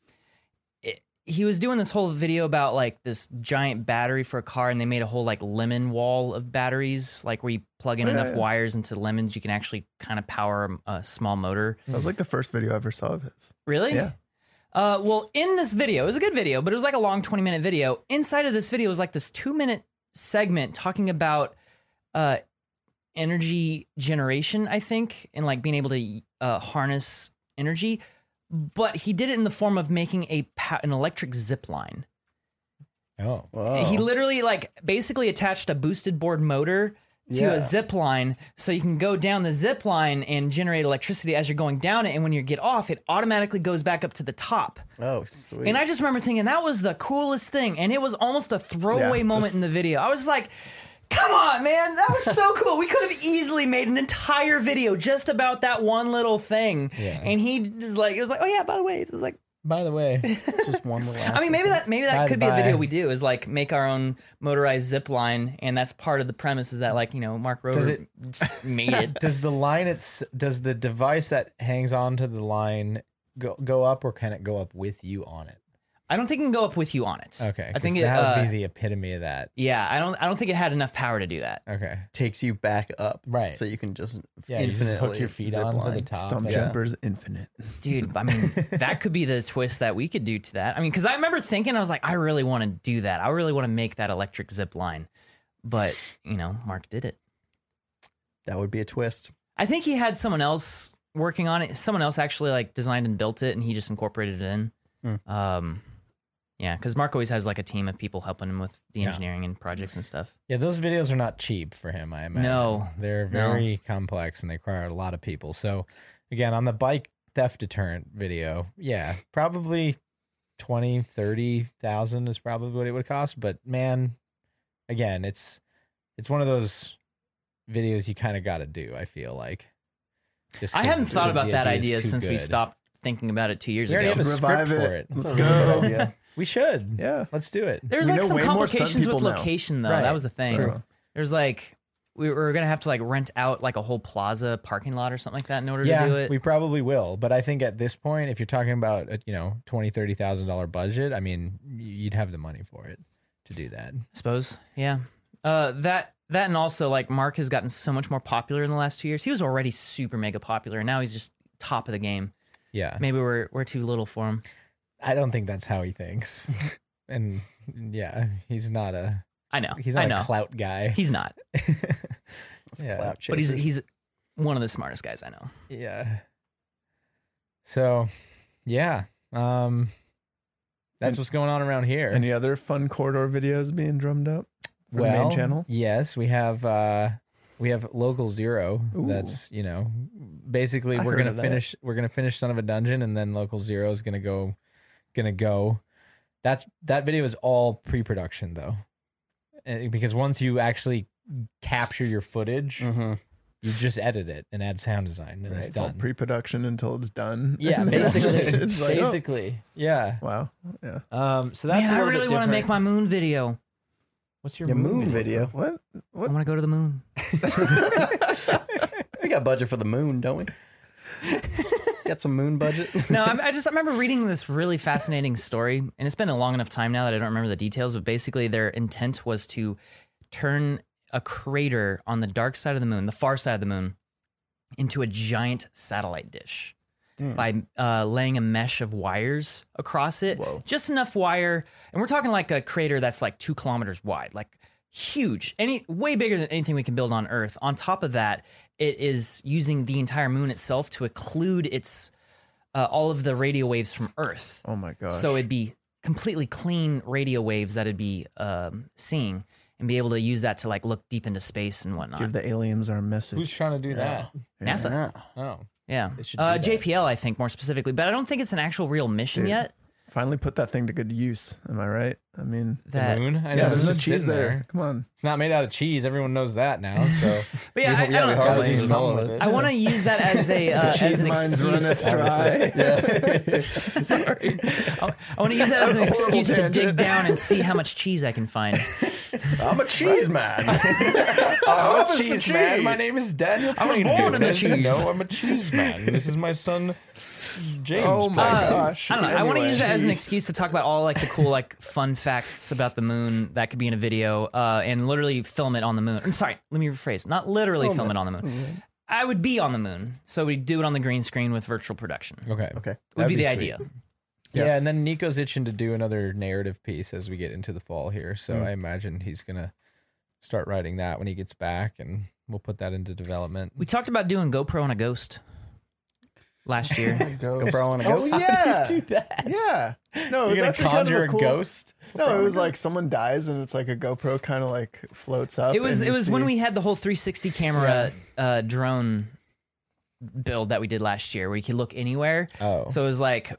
It, he was doing this whole video about like this giant battery for a car, and they made a whole like lemon wall of batteries, like where you plug in
Oh, yeah,
enough
yeah.
wires into lemons, you can actually kind of power a, a small motor.
that was like the first video I ever saw of his.
Really?
Yeah.
Uh, well, in this video, it was a good video, but it was like a long 20 minute video. Inside of this video was like this two minute segment talking about uh, energy generation, I think, and like being able to uh, harness energy. But he did it in the form of making a pa- an electric zip line.
Oh,
Wow.
He literally like basically attached a boosted board motor to
Yeah.
a zip line so you can go down the zip line and generate electricity as you're going down it and when you get off it automatically goes back up to the top.
oh, sweet.
And I just remember thinking that was the coolest thing. And it was almost a throwaway
Yeah,
moment
just-
in the video. I was like, come on, man. That was so cool. We could have easily made an entire video just about that one little thing. And he just like, it was like, oh yeah, by the way, it was like,
by the way,
just one little.
I mean, maybe that maybe that
By
could
the
be a video
by.
we do is like make our own motorized zip line, and that's part of the premise is that like you know Mark
Does
Rober
it-
just made it.
does the line? It's does the device that hangs onto the line go go up, or can it go up with you on it? I
I don't think it can go up with you on it.
Okay,
I
'cause
think it.
that would
Uh,
be the epitome of that.
yeah, I don't I don't think it had enough power to do that.
Okay,
takes you back up,
Right.
So you can just
yeah, you
infinitely
just hook your feet
zip
on to the
line.
top.
Stump
and-
Jumper's Infinite.
Dude, I mean, that could be the twist that we could do to that. I mean, because I remember thinking, I was like, I really want to do that. I really want to make that electric zip line. But, you know, Mark did it.
That would be a twist.
I think he had someone else working on it. Someone else actually like designed and built it and he just incorporated it in.
Hmm.
Um, yeah, because Mark always has like a team of people helping him with the
Yeah.
engineering and projects and stuff.
Yeah, those videos are not cheap for him, I imagine.
No,
They're
no.
very complex and they require a lot of people. So, again, on the bike theft deterrent video, yeah, probably 20, 30,000 is probably what it would cost, but man, again, it's it's one of those videos you kind of got to do, I feel like. Just
I
'cause
haven't thought
the-
about
the
that
is
idea
too
since we
good.
stopped thinking about it two years
We already
ago.
have a script
Revive
for
it.
it.
Let's
That's a really
go.
good idea. We should.
Yeah.
Let's do it.
There's
We
like
know
some
way more stunt
complications with
people now.
location though.
Right.
That was the thing.
True.
There's like we were gonna have to like rent out like a whole plaza parking lot or something like that in order
yeah,
to do it.
we probably will. But I think at this point, if you're talking about a, you know twenty thirty thousand dollar budget, I mean you'd have the money for it to do that.
I suppose. Yeah. Uh, that that and also like Mark has gotten so much more popular in the last two years. He was already super mega popular, and now he's just top of the game.
Yeah,
Maybe we're we're too little for him.
I don't think that's how he thinks. and yeah, he's not a
I know.
he's
I
not
know.
a clout guy.
he's not,
It's
Yeah.
clout
but he's
chasers.
he's one of the smartest guys I know.
yeah. So, yeah, um, that's
And-
what's going on around here.
Any other fun corridor videos being drummed up for the main channel?
Yes, we have uh we have local zero.
Ooh.
That's you know basically
I
we're
heard
gonna
of that.
finish we're gonna finish Son of a Dungeon and then local zero is gonna go gonna go. That's that video is all pre production though. Eh, Because once you actually capture your footage,
Mhm.
you just edit it and add sound design and it's
Mm. It's all
done.
pre-production until it's done.
yeah,
And then it's
basically,
just- it's like, oh,
basically, yeah.
Wow.
Um, so that's
Man,
a
I
little bit
really want to make
different.
my moon video.
What's your
your
moon
moon
video?
video.
What?
I
What?
want to go to the moon.
we got budget for the moon, don't we? got some moon budget.
no, I, I just I remember reading this really fascinating story, and it's been a long enough time now that I don't remember the details. But basically, their intent was to turn a crater on the dark side of the moon, the far side of the moon, into a giant satellite dish by uh, laying a mesh of wires across it.
Whoa.
Just enough wire, and we're talking like a crater that's like two kilometers wide, like huge, any way bigger than anything we can build on Earth. On top of that, it is using the entire moon itself to occlude its uh, all of the radio waves from Earth.
Oh my gosh.
So it'd be completely clean radio waves that it'd be um, seeing and be able to use that to like look deep into space and whatnot.
give the aliens our message.
Who's trying to do that?
NASA.
Yeah.
Oh.
Yeah.
should do
Uh,
that.
JPL, I think, more specifically, but I don't think it's an actual real mission
Dude,
yet.
Finally put that thing to good use. Am I right? I mean,
That,
the moon? I know
yeah,
there's
there's no
just
cheese
sitting
there.
there.
Come on.
It's not made out of cheese. Everyone knows that now. So
but yeah, I, I
yeah, we
don't
hardly
know.
even know of it.
I want to use that as a uh, as
Cheese
an
mines
excuse.
runneth dry.
I, want to use that as an excuse to dig down and see how much cheese I can find.
I'm a cheese man.
I'm
is
a
the
cheese, man. My
cheese?
name is Daniel. I was
born in a cheese.
No, I'm a cheese man. This is my son, James.
Oh my
Patton.
gosh.
Uh, I don't know. I want to
Anyway.
use that as an excuse to talk about all like the cool like fun facts about the moon that could be in a video, uh, and literally film it on the moon. I'm sorry, let me rephrase. Not literally film it on the
Mm-hmm.
moon. I would be on the moon, so we do it on the green screen with virtual production.
Okay.
Okay.
Would
That'd
be,
be
the
sweet.
idea.
Yeah. and then Nico's itching to do another narrative piece as we get into the fall here. So I imagine he's gonna start writing that when he gets back, and we'll put that into development.
We talked about doing GoPro on a ghost last year.
GoPro on a
Oh
goat.
yeah.
that.
Yeah. No,
You're
it was
gonna
actually kind of
conjure a
cool-
ghost.
No, it was like someone dies and it's like a GoPro kind of like floats up.
it was
and
it
you
was when
see-
we had the whole 360 camera uh, drone build that we did last year, where you could look anywhere.
Oh,
So it was like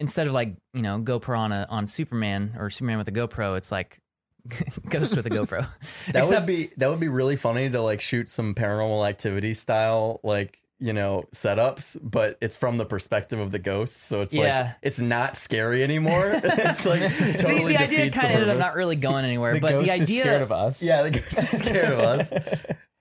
instead of like you know GoPro on a, on Superman or Superman with a GoPro, it's like Ghost with a GoPro.
That
Except-
would be that would be really funny to like shoot some paranormal activity style like you know setups, but it's from the perspective of the ghost, so it's
Yeah.
like it's not scary anymore. it's like totally
the, the idea
defeats the
kind of ended up
purpose.
not really going anywhere,
the
but
ghost
the
is scared of
idea.
us.
Yeah, the ghost is scared of us.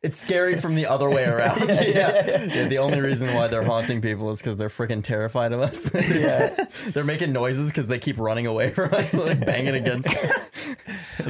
It's scary from the other way around. yeah, Yeah, The only reason why they're haunting people is because they're freaking terrified of us. yeah. They're making noises because they keep running away from us, like banging against, like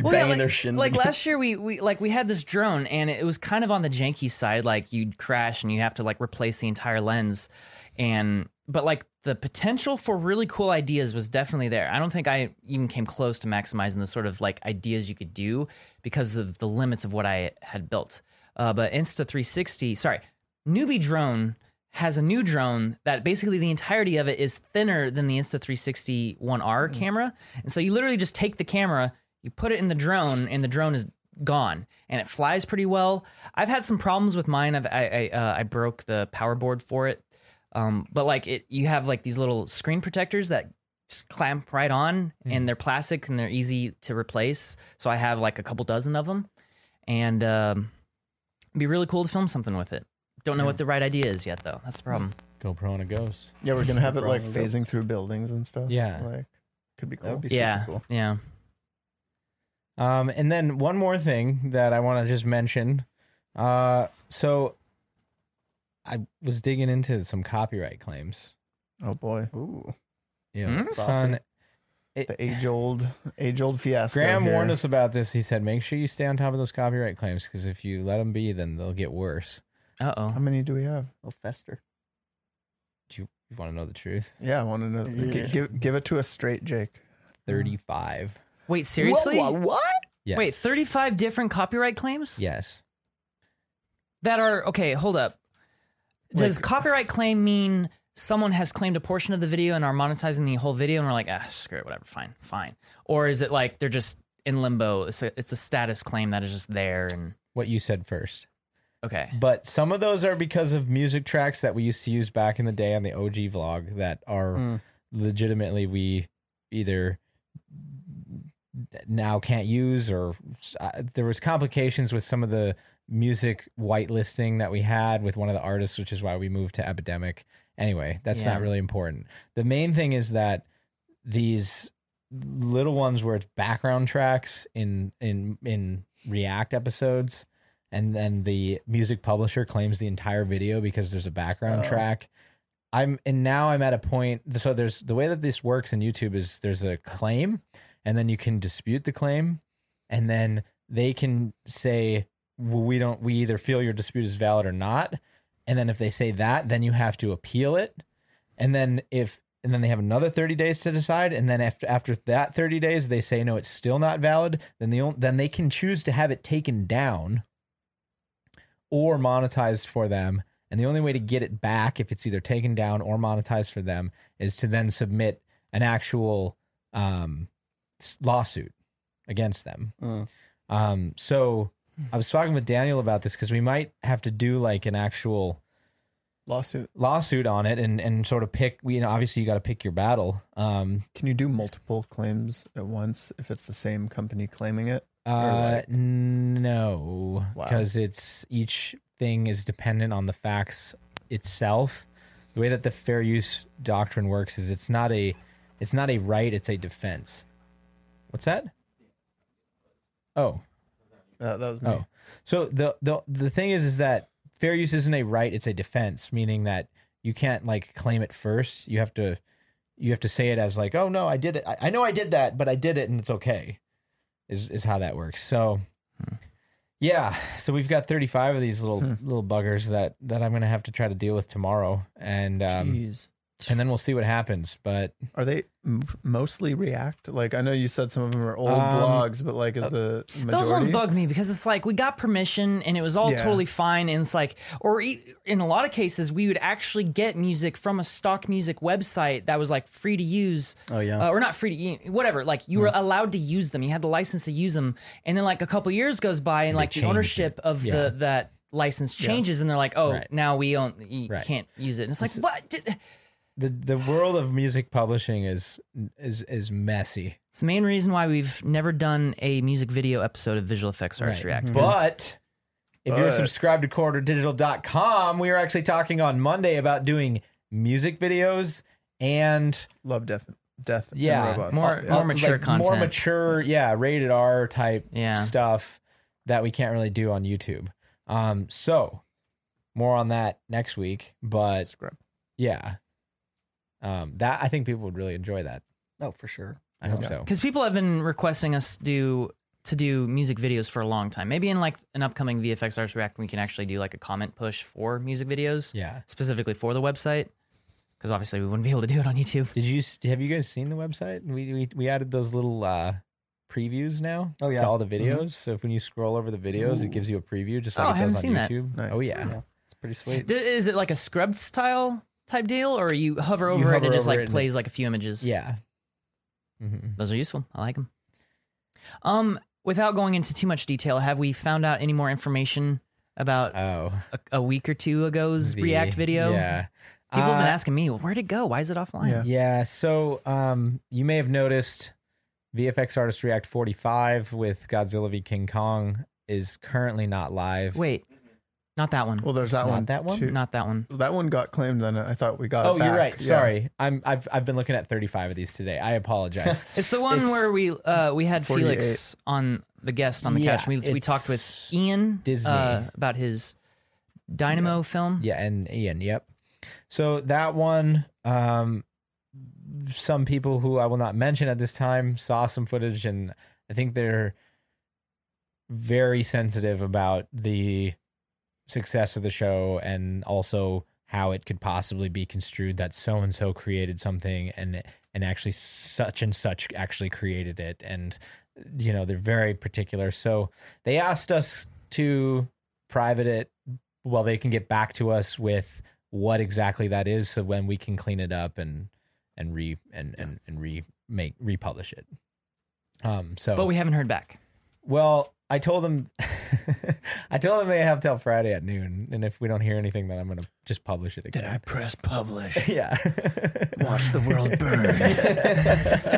Well, yeah,
banging
like,
their shins.
like
against-
last year, we, we like we had this drone, and it was kind of on the janky side. Like you'd crash, and you have to like replace the entire lens, and but like the potential for really cool ideas was definitely there. I don't think I even came close to maximizing the sort of like ideas you could do because of the limits of what I had built. Uh, but Insta 360, sorry, newbie drone has a new drone that basically the entirety of it is thinner than the Insta 360 1R camera. And so you literally just take the camera, you put it in the drone, and the drone is gone and it flies pretty well. I've had some problems with mine. I've, I, I, uh, I broke the power board for it. Um, but like it, you have like these little screen protectors that just clamp right on and they're plastic and they're easy to replace. So I have like a couple dozen of them and, um, it'd be really cool to film something with it. Don't know what the right idea is yet, though. That's the problem.
GoPro and a ghost.
Yeah, we're gonna have it like
GoPro on a
phasing through buildings and stuff.
Yeah.
like could be
That
cool.
would be
yeah,
super cool.
yeah.
Um, and then one more thing that I want to just mention. Uh, so I was digging into some copyright claims.
oh boy,
Ooh.
Yeah,
Hmm?
son.
the age old age old fiasco.
Graham
here.
warned us about this. He said, "Make sure you stay on top of those copyright claims because if you let them be, then they'll get worse."
Uh
How
oh.
many do we have?
Oh, fester.
Do you, you want to know the truth?
Hmm.
Yeah, I want to know. G-
Yeah.
Give give it to us straight, Jake.
Thirty-five.
Wait, seriously?
Wha- wha- what?
Yes.
Wait, thirty-five different copyright claims
Yes.
that are okay. Hold up. Does copyright claim mean someone has claimed a portion of the video and are monetizing the whole video, and we're like, ah, screw it, whatever, fine, fine? Or is it like they're just in limbo? It's a, it's a status claim that is just there and
What you said first.
okay.
But some of those are because of music tracks that we used to use back in the day on the OG vlog that are
Hmm.
legitimately we either now can't use or uh, there was complications with some of the music whitelisting that we had with one of the artists which is why we moved to epidemic anyway that's
Yeah.
not really important the main thing is that these little ones where it's background tracks in in in react episodes and then the music publisher claims the entire video because there's a background track i'm and now i'm at a point so there's the way that this works in youtube is there's a claim and then you can dispute the claim and then they can say well, we don't we either feel your dispute is valid or not and then if they say that then you have to appeal it and then if and then they have another 30 days to decide and then after after that 30 days they say no it's still not valid then the on- then they can choose to have it taken down or monetized for them. And the only way to get it back, if it's either taken down or monetized for them, is to then submit an actual um, s- lawsuit against them.
Mm.
Um, so I was talking with Daniel about this because we might have to do like an actual
Lawsuit.
lawsuit on it and, and sort of pick, you know, obviously you got to pick your battle. Um,
Can you do multiple claims at once if it's the same company claiming it?
Uh,
like-
no,
Wow.
because it's each thing is dependent on the facts itself. The way that the fair use doctrine works is it's not a it's not a right, it's a defense. What's that? Oh,
Uh, that was me.
Oh, so the the the thing is, is that fair use isn't a right; it's a defense, meaning that you can't like claim it first. You have to you have to say it as like, oh no, I did it. I, I know I did that, but I did it, and it's okay. Is is how that works. So. Yeah, so we've got 35 of these little little buggers that that I'm gonna have to try to deal with tomorrow, and um,
Jeez.
and then we'll see what happens. But
Are they m- mostly React? Like I know you said some of them are old
Um,
vlogs, but like is the majority?
Those ones bug me because it's like we got permission and it was all
Yeah.
totally fine. And it's like, or e- in a lot of cases, we would actually get music from a stock music website that was like free to use.
Oh, yeah.
Uh, or not free to use, whatever. Like you were allowed to use them. You had the license to use them. And then like a couple years goes by and like the
changed
ownership of
Yeah.
the that license changes and they're like, oh,
Right.
now we don't, you
Right.
can't use it. And it's like, what? Did-
the the world of music publishing is is is messy.
It's the main reason why we've never done a music video episode of Visual Effects Arts
Right. Mm-hmm.
React.
But if you're
But-
subscribed to quarterdigital.com, we were actually talking on Monday about doing music videos and
Love death, death,
Yeah,
and robots.
more-
yeah.
more- mature
More
content.
mature, yeah, rated R type
Yeah.
stuff that we can't really do on YouTube. Um so more on that next week, but
Scrub.
yeah. Um that I think people would really enjoy that.
Oh, for sure.
I hope so.
because people have been requesting us do to do music videos for a long time. Maybe in like an upcoming VFX Arts React, we can actually do like a comment push for music videos
Yeah.
specifically for the website. Because obviously we wouldn't be able to do it on YouTube.
Did you s- have you guys seen the website? We we, we added those little uh, previews now.
Oh, yeah.
to all the
Mm-hmm.
videos. So if when you scroll over the videos, it gives you a preview just like
Oh, I
it
haven't
does on
seen that.
YouTube.
Nice.
Oh yeah.
Yeah. It's pretty sweet.
D- Is it like a scrubbed style type deal, or you hover over it and
hover
it just
over it
like
and-
plays like a few images?
yeah. hmm
those are useful. I like them. Um, without going into too much detail, have we found out any more information about
Oh,
a, a week or two ago's
the-
React video?
Yeah,
People have been
Uh,
asking me, well, where'd it go? Why is it offline?
Yeah.
Yeah. So um, you may have noticed VFX Artist React 45 with Godzilla v King Kong is currently not live.
Wait, not that one.
Well,
It's
there's that
not
one.
that one?
too.
not that one.
that one got claimed. Then I thought we got.
Oh,
it Uh, back.
you're right.
Yeah.
Sorry, I'm. I've I've been looking at 35 of these today. I apologize.
It's the one
It's-
where we uh, we had
48.
Felix on the guest on the
Yeah,
couch. We we talked with
it's
Ian
Disney.
uh, about his Dynamo film.
Yeah, and Ian, yep. So that one, um, some people who I will not mention at this time saw some footage, and I think they're very sensitive about the success of the show and also how it could possibly be construed that so and so created something and and actually such and such actually created it and you know they're very particular so they asked us to private it well they can get back to us with what exactly that is so when we can clean it up and and re and and, and re make republish it um so
But we haven't heard back.
well i told them i told them they have till friday at noon and if we don't hear anything then i'm gonna just publish it again
I press publish.
yeah
Watch the world burn.
He's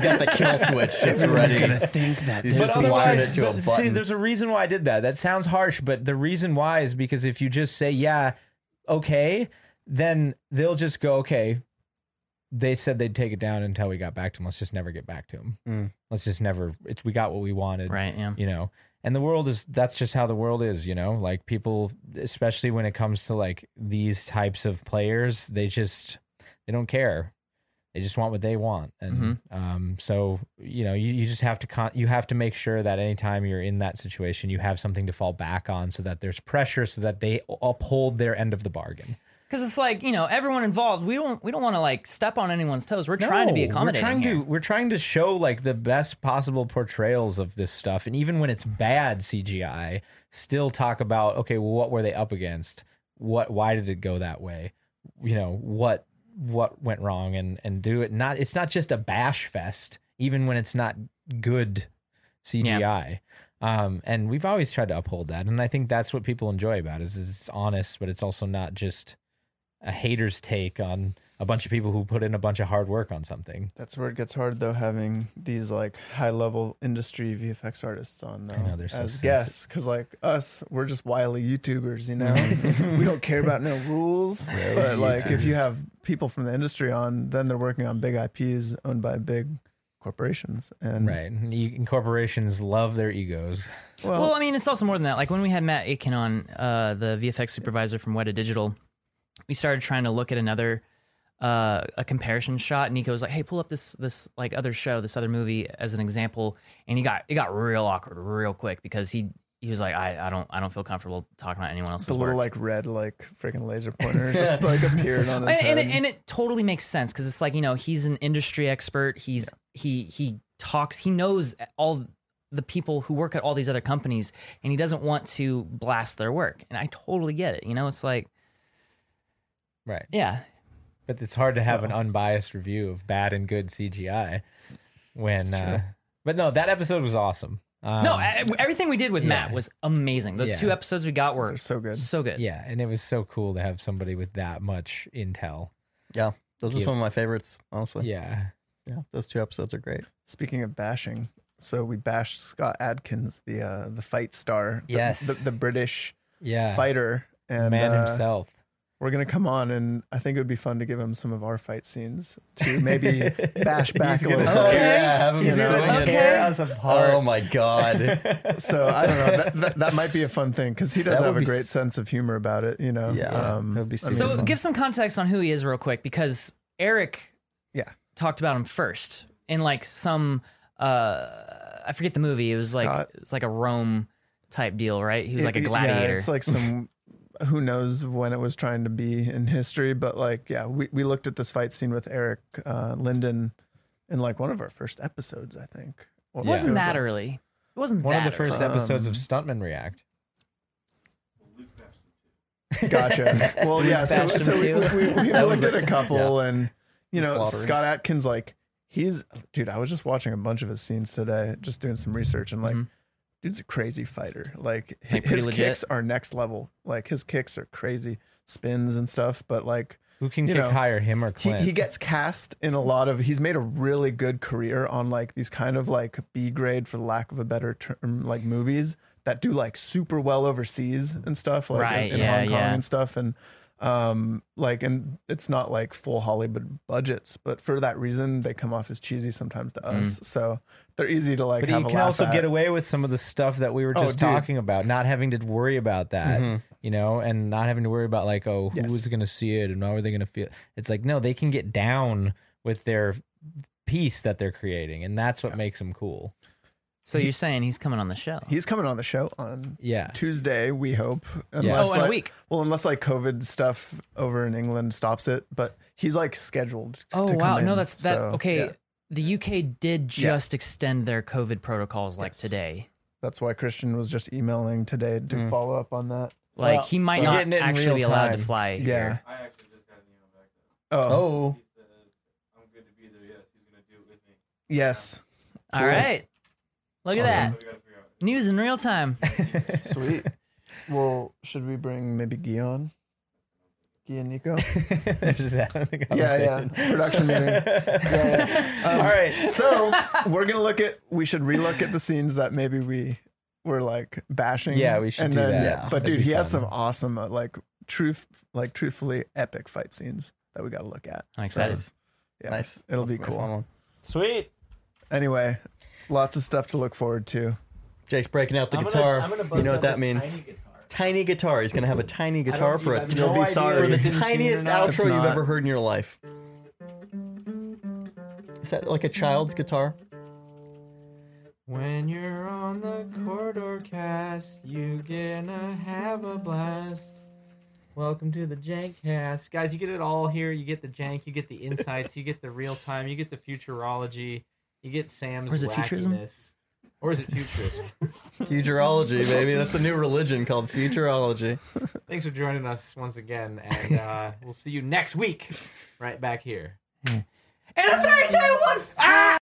got the kill switch just ready.
think that
He's just wired
otherwise,
it to a
but See,
button.
there's a reason why I did that. That sounds harsh, but the reason why is because if you just say, yeah, okay, then they'll just go, okay, they said they'd take it down until we got back to them. Let's just never get back to them.
Mm.
Let's just never, it's, we got what we wanted.
Right, yeah.
You know, and the world is, that's just how the world is, you know, like people, especially when it comes to like these types of players, they just, they don't care they just want what they want and um, so you know you, you just have to con- you have to make sure that anytime you're in that situation you have something to fall back on so that there's pressure so that they uphold their end of the bargain
Because it's like you know, everyone involved. We don't we don't want to like step on anyone's toes. We're trying to be
No,
accommodating.
We're trying
here.
to we're trying to show like the best possible portrayals of this stuff, and even when it's bad CGI, still talk about okay, well, what were they up against? What? Why did it go that way? You know what what went wrong, and and do it not. It's not just a bash fest, even when it's not good CGI. Um, and we've always tried to uphold that, and I think that's what people enjoy about it, is it's honest, but it's also not just a hater's take on a bunch of people who put in a bunch of hard work on something.
That's where it gets hard though, having these like high level industry VFX artists on though.
know, they're so
as
sensi-
guests, because like us, we're just wily YouTubers, you know. we don't care about no rules. but like, if you have people from the industry on, then they're working on big IPs owned by big corporations, and
Right. And you- and corporations love their egos.
Well-
Well, I mean, it's also more than that. Like when we had Matt Aitken on, uh, the VFX supervisor from Weta Digital, we started trying to look at another uh, a comparison shot. Nico was like, "Hey, pull up this this like other show, this other movie as an example," and he got it got real awkward real quick because he he was like, "I, I don't I don't feel comfortable talking about anyone else's
the
work."
little like red like freaking laser pointer just like appeared on his
and,
head.
and, it, and it totally makes sense because it's like you know he's an industry expert he's he he talks he knows all the people who work at all these other companies and he doesn't want to blast their work and i totally get it you know it's like
Right.
yeah
But it's hard to have an unbiased review of bad and good CGI when uh but no, that episode was awesome. Um,
no I, everything we did with matt
yeah.
was amazing those
Yeah.
two episodes we got were
They're so good.
so good
yeah, and it was so cool to have somebody with that much intel.
Yeah, those are
Cute.
some of my favorites, honestly.
Yeah.
yeah, those two episodes are great.
Speaking of bashing, so we bashed Scott Adkins, the uh, the fight star, the-
Yes.
the, the British
Yeah.
fighter, and
Man
uh,
himself.
We're gonna come on, and I think it would be fun to give him some of our fight scenes to maybe bash back a little.
Oh,
bit.
yeah, have him
You know,
sit in
okay.
there.
us apart.
Oh my god.
So I don't know. That, that, that might be a fun thing because he does
That
have
would
a
be
great
s-
sense of humor about it. You know. um,
Yeah, that would be
I mean,
super
so give some context on who he is real quick because eric
Yeah.
talked about him first in like some uh i forget the movie it was like
Scott.
it was like a rome type deal right he was like
it-
a
yeah,
gladiator
it's like some. Who knows when it was trying to be in history, but like, yeah, we, we looked at this fight scene with Eric uh, Linden in like one of our first episodes, I think. Or
it wasn't
it was
that
a-
early it wasn't
One
that
of the first
Um,
episodes of Stuntman React.
Gotcha. Well, yeah. So,
bashed him
so we,
too.
we, we, we looked at a couple, and you know,
Slaughtered.
Scott Atkins, like he's dude. I was just watching a bunch of his scenes today, just doing some research, and like,
Mhm.
dude's a crazy fighter. Like, hi-
Like, pretty
his
legit.
kicks are next level. Like his kicks are crazy, spins and stuff. But like,
Who can
you
kick
know,
higher, him or
he,
Clint?
he gets cast in a lot of he's made a really good career on like these kind of like b grade for lack of a better term like movies that do like super well overseas and stuff like in-
Right,
in,
yeah,
hong kong
yeah.
and stuff and um like and it's not like full hollywood budgets but for that reason they come off as cheesy sometimes to us so they're easy to like
Mm. But
have
he
a
can
laugh
also
at.
get away with some of the stuff that we were
Oh,
just
dude. Mm-hmm.
talking about, not having to worry about that,
Mhm.
you know, and not having to worry about like, oh, who's
Yes.
going to see it and how are they going to feel? It's like, no, they can get down with their piece that they're creating, and that's what makes them cool.
so you're saying he's coming on the show
he's coming on the show on
Yeah,
Tuesday, we hope.
Oh, in a
like,
week.
Well, unless like COVID stuff over in England stops it, but he's like scheduled. t-
oh
to
wow
come
no
in,
that's that
so,
okay
yeah.
the uk did just extend their covid protocols like
Yes.
today
That's why Christian was just emailing today to
Mm.
follow up on that.
like
Well,
he might
we're
not
getting it in
actually
real
be allowed
time.
to fly
Yeah.
here.
I actually just got an email back though.
Oh,
Oh,
I'm good to be there. Yes, he's gonna do it with me.
yes.
all right look at
So
that
we gotta figure out.
news in real time
Sweet. well, should we bring maybe Gion? Gian Nico? yeah, yeah. Production meeting. Yeah, yeah. Um,
All right.
So we're gonna look at. We should relook at the scenes that maybe we were like bashing.
Yeah, we should
and
do
then,
that. Yeah.
But
That'd
dude,
be
he has
fun.
some awesome, uh, like truth, like truthfully epic fight scenes that we got to look at.
i'm excited
Yeah,
nice.
It'll be
That's
cool.
my fun one.
Sweet.
Anyway, lots of stuff to look forward to.
Jake's breaking out the guitar. you know what that means? Tiny guitar. He's gonna have a tiny guitar for a
no idea
for
if
the
it's in tune or
tiniest
not. It's
outro you've
not.
ever heard in your life. Is that like a child's guitar?
When you're on the corridor cast, you gonna have a blast.
Welcome to the Jankcast, guys. You get it all here. You get the jank, you get the insights, you get the real time, you get the futurology, you get Sam's
Or is it futurism?
wackiness. Or is it futurism?
Futurology, baby. That's a new religion called futurology.
Thanks for joining us once again, and uh, we'll see you next week, right back here.
And a three, two, one. Ah!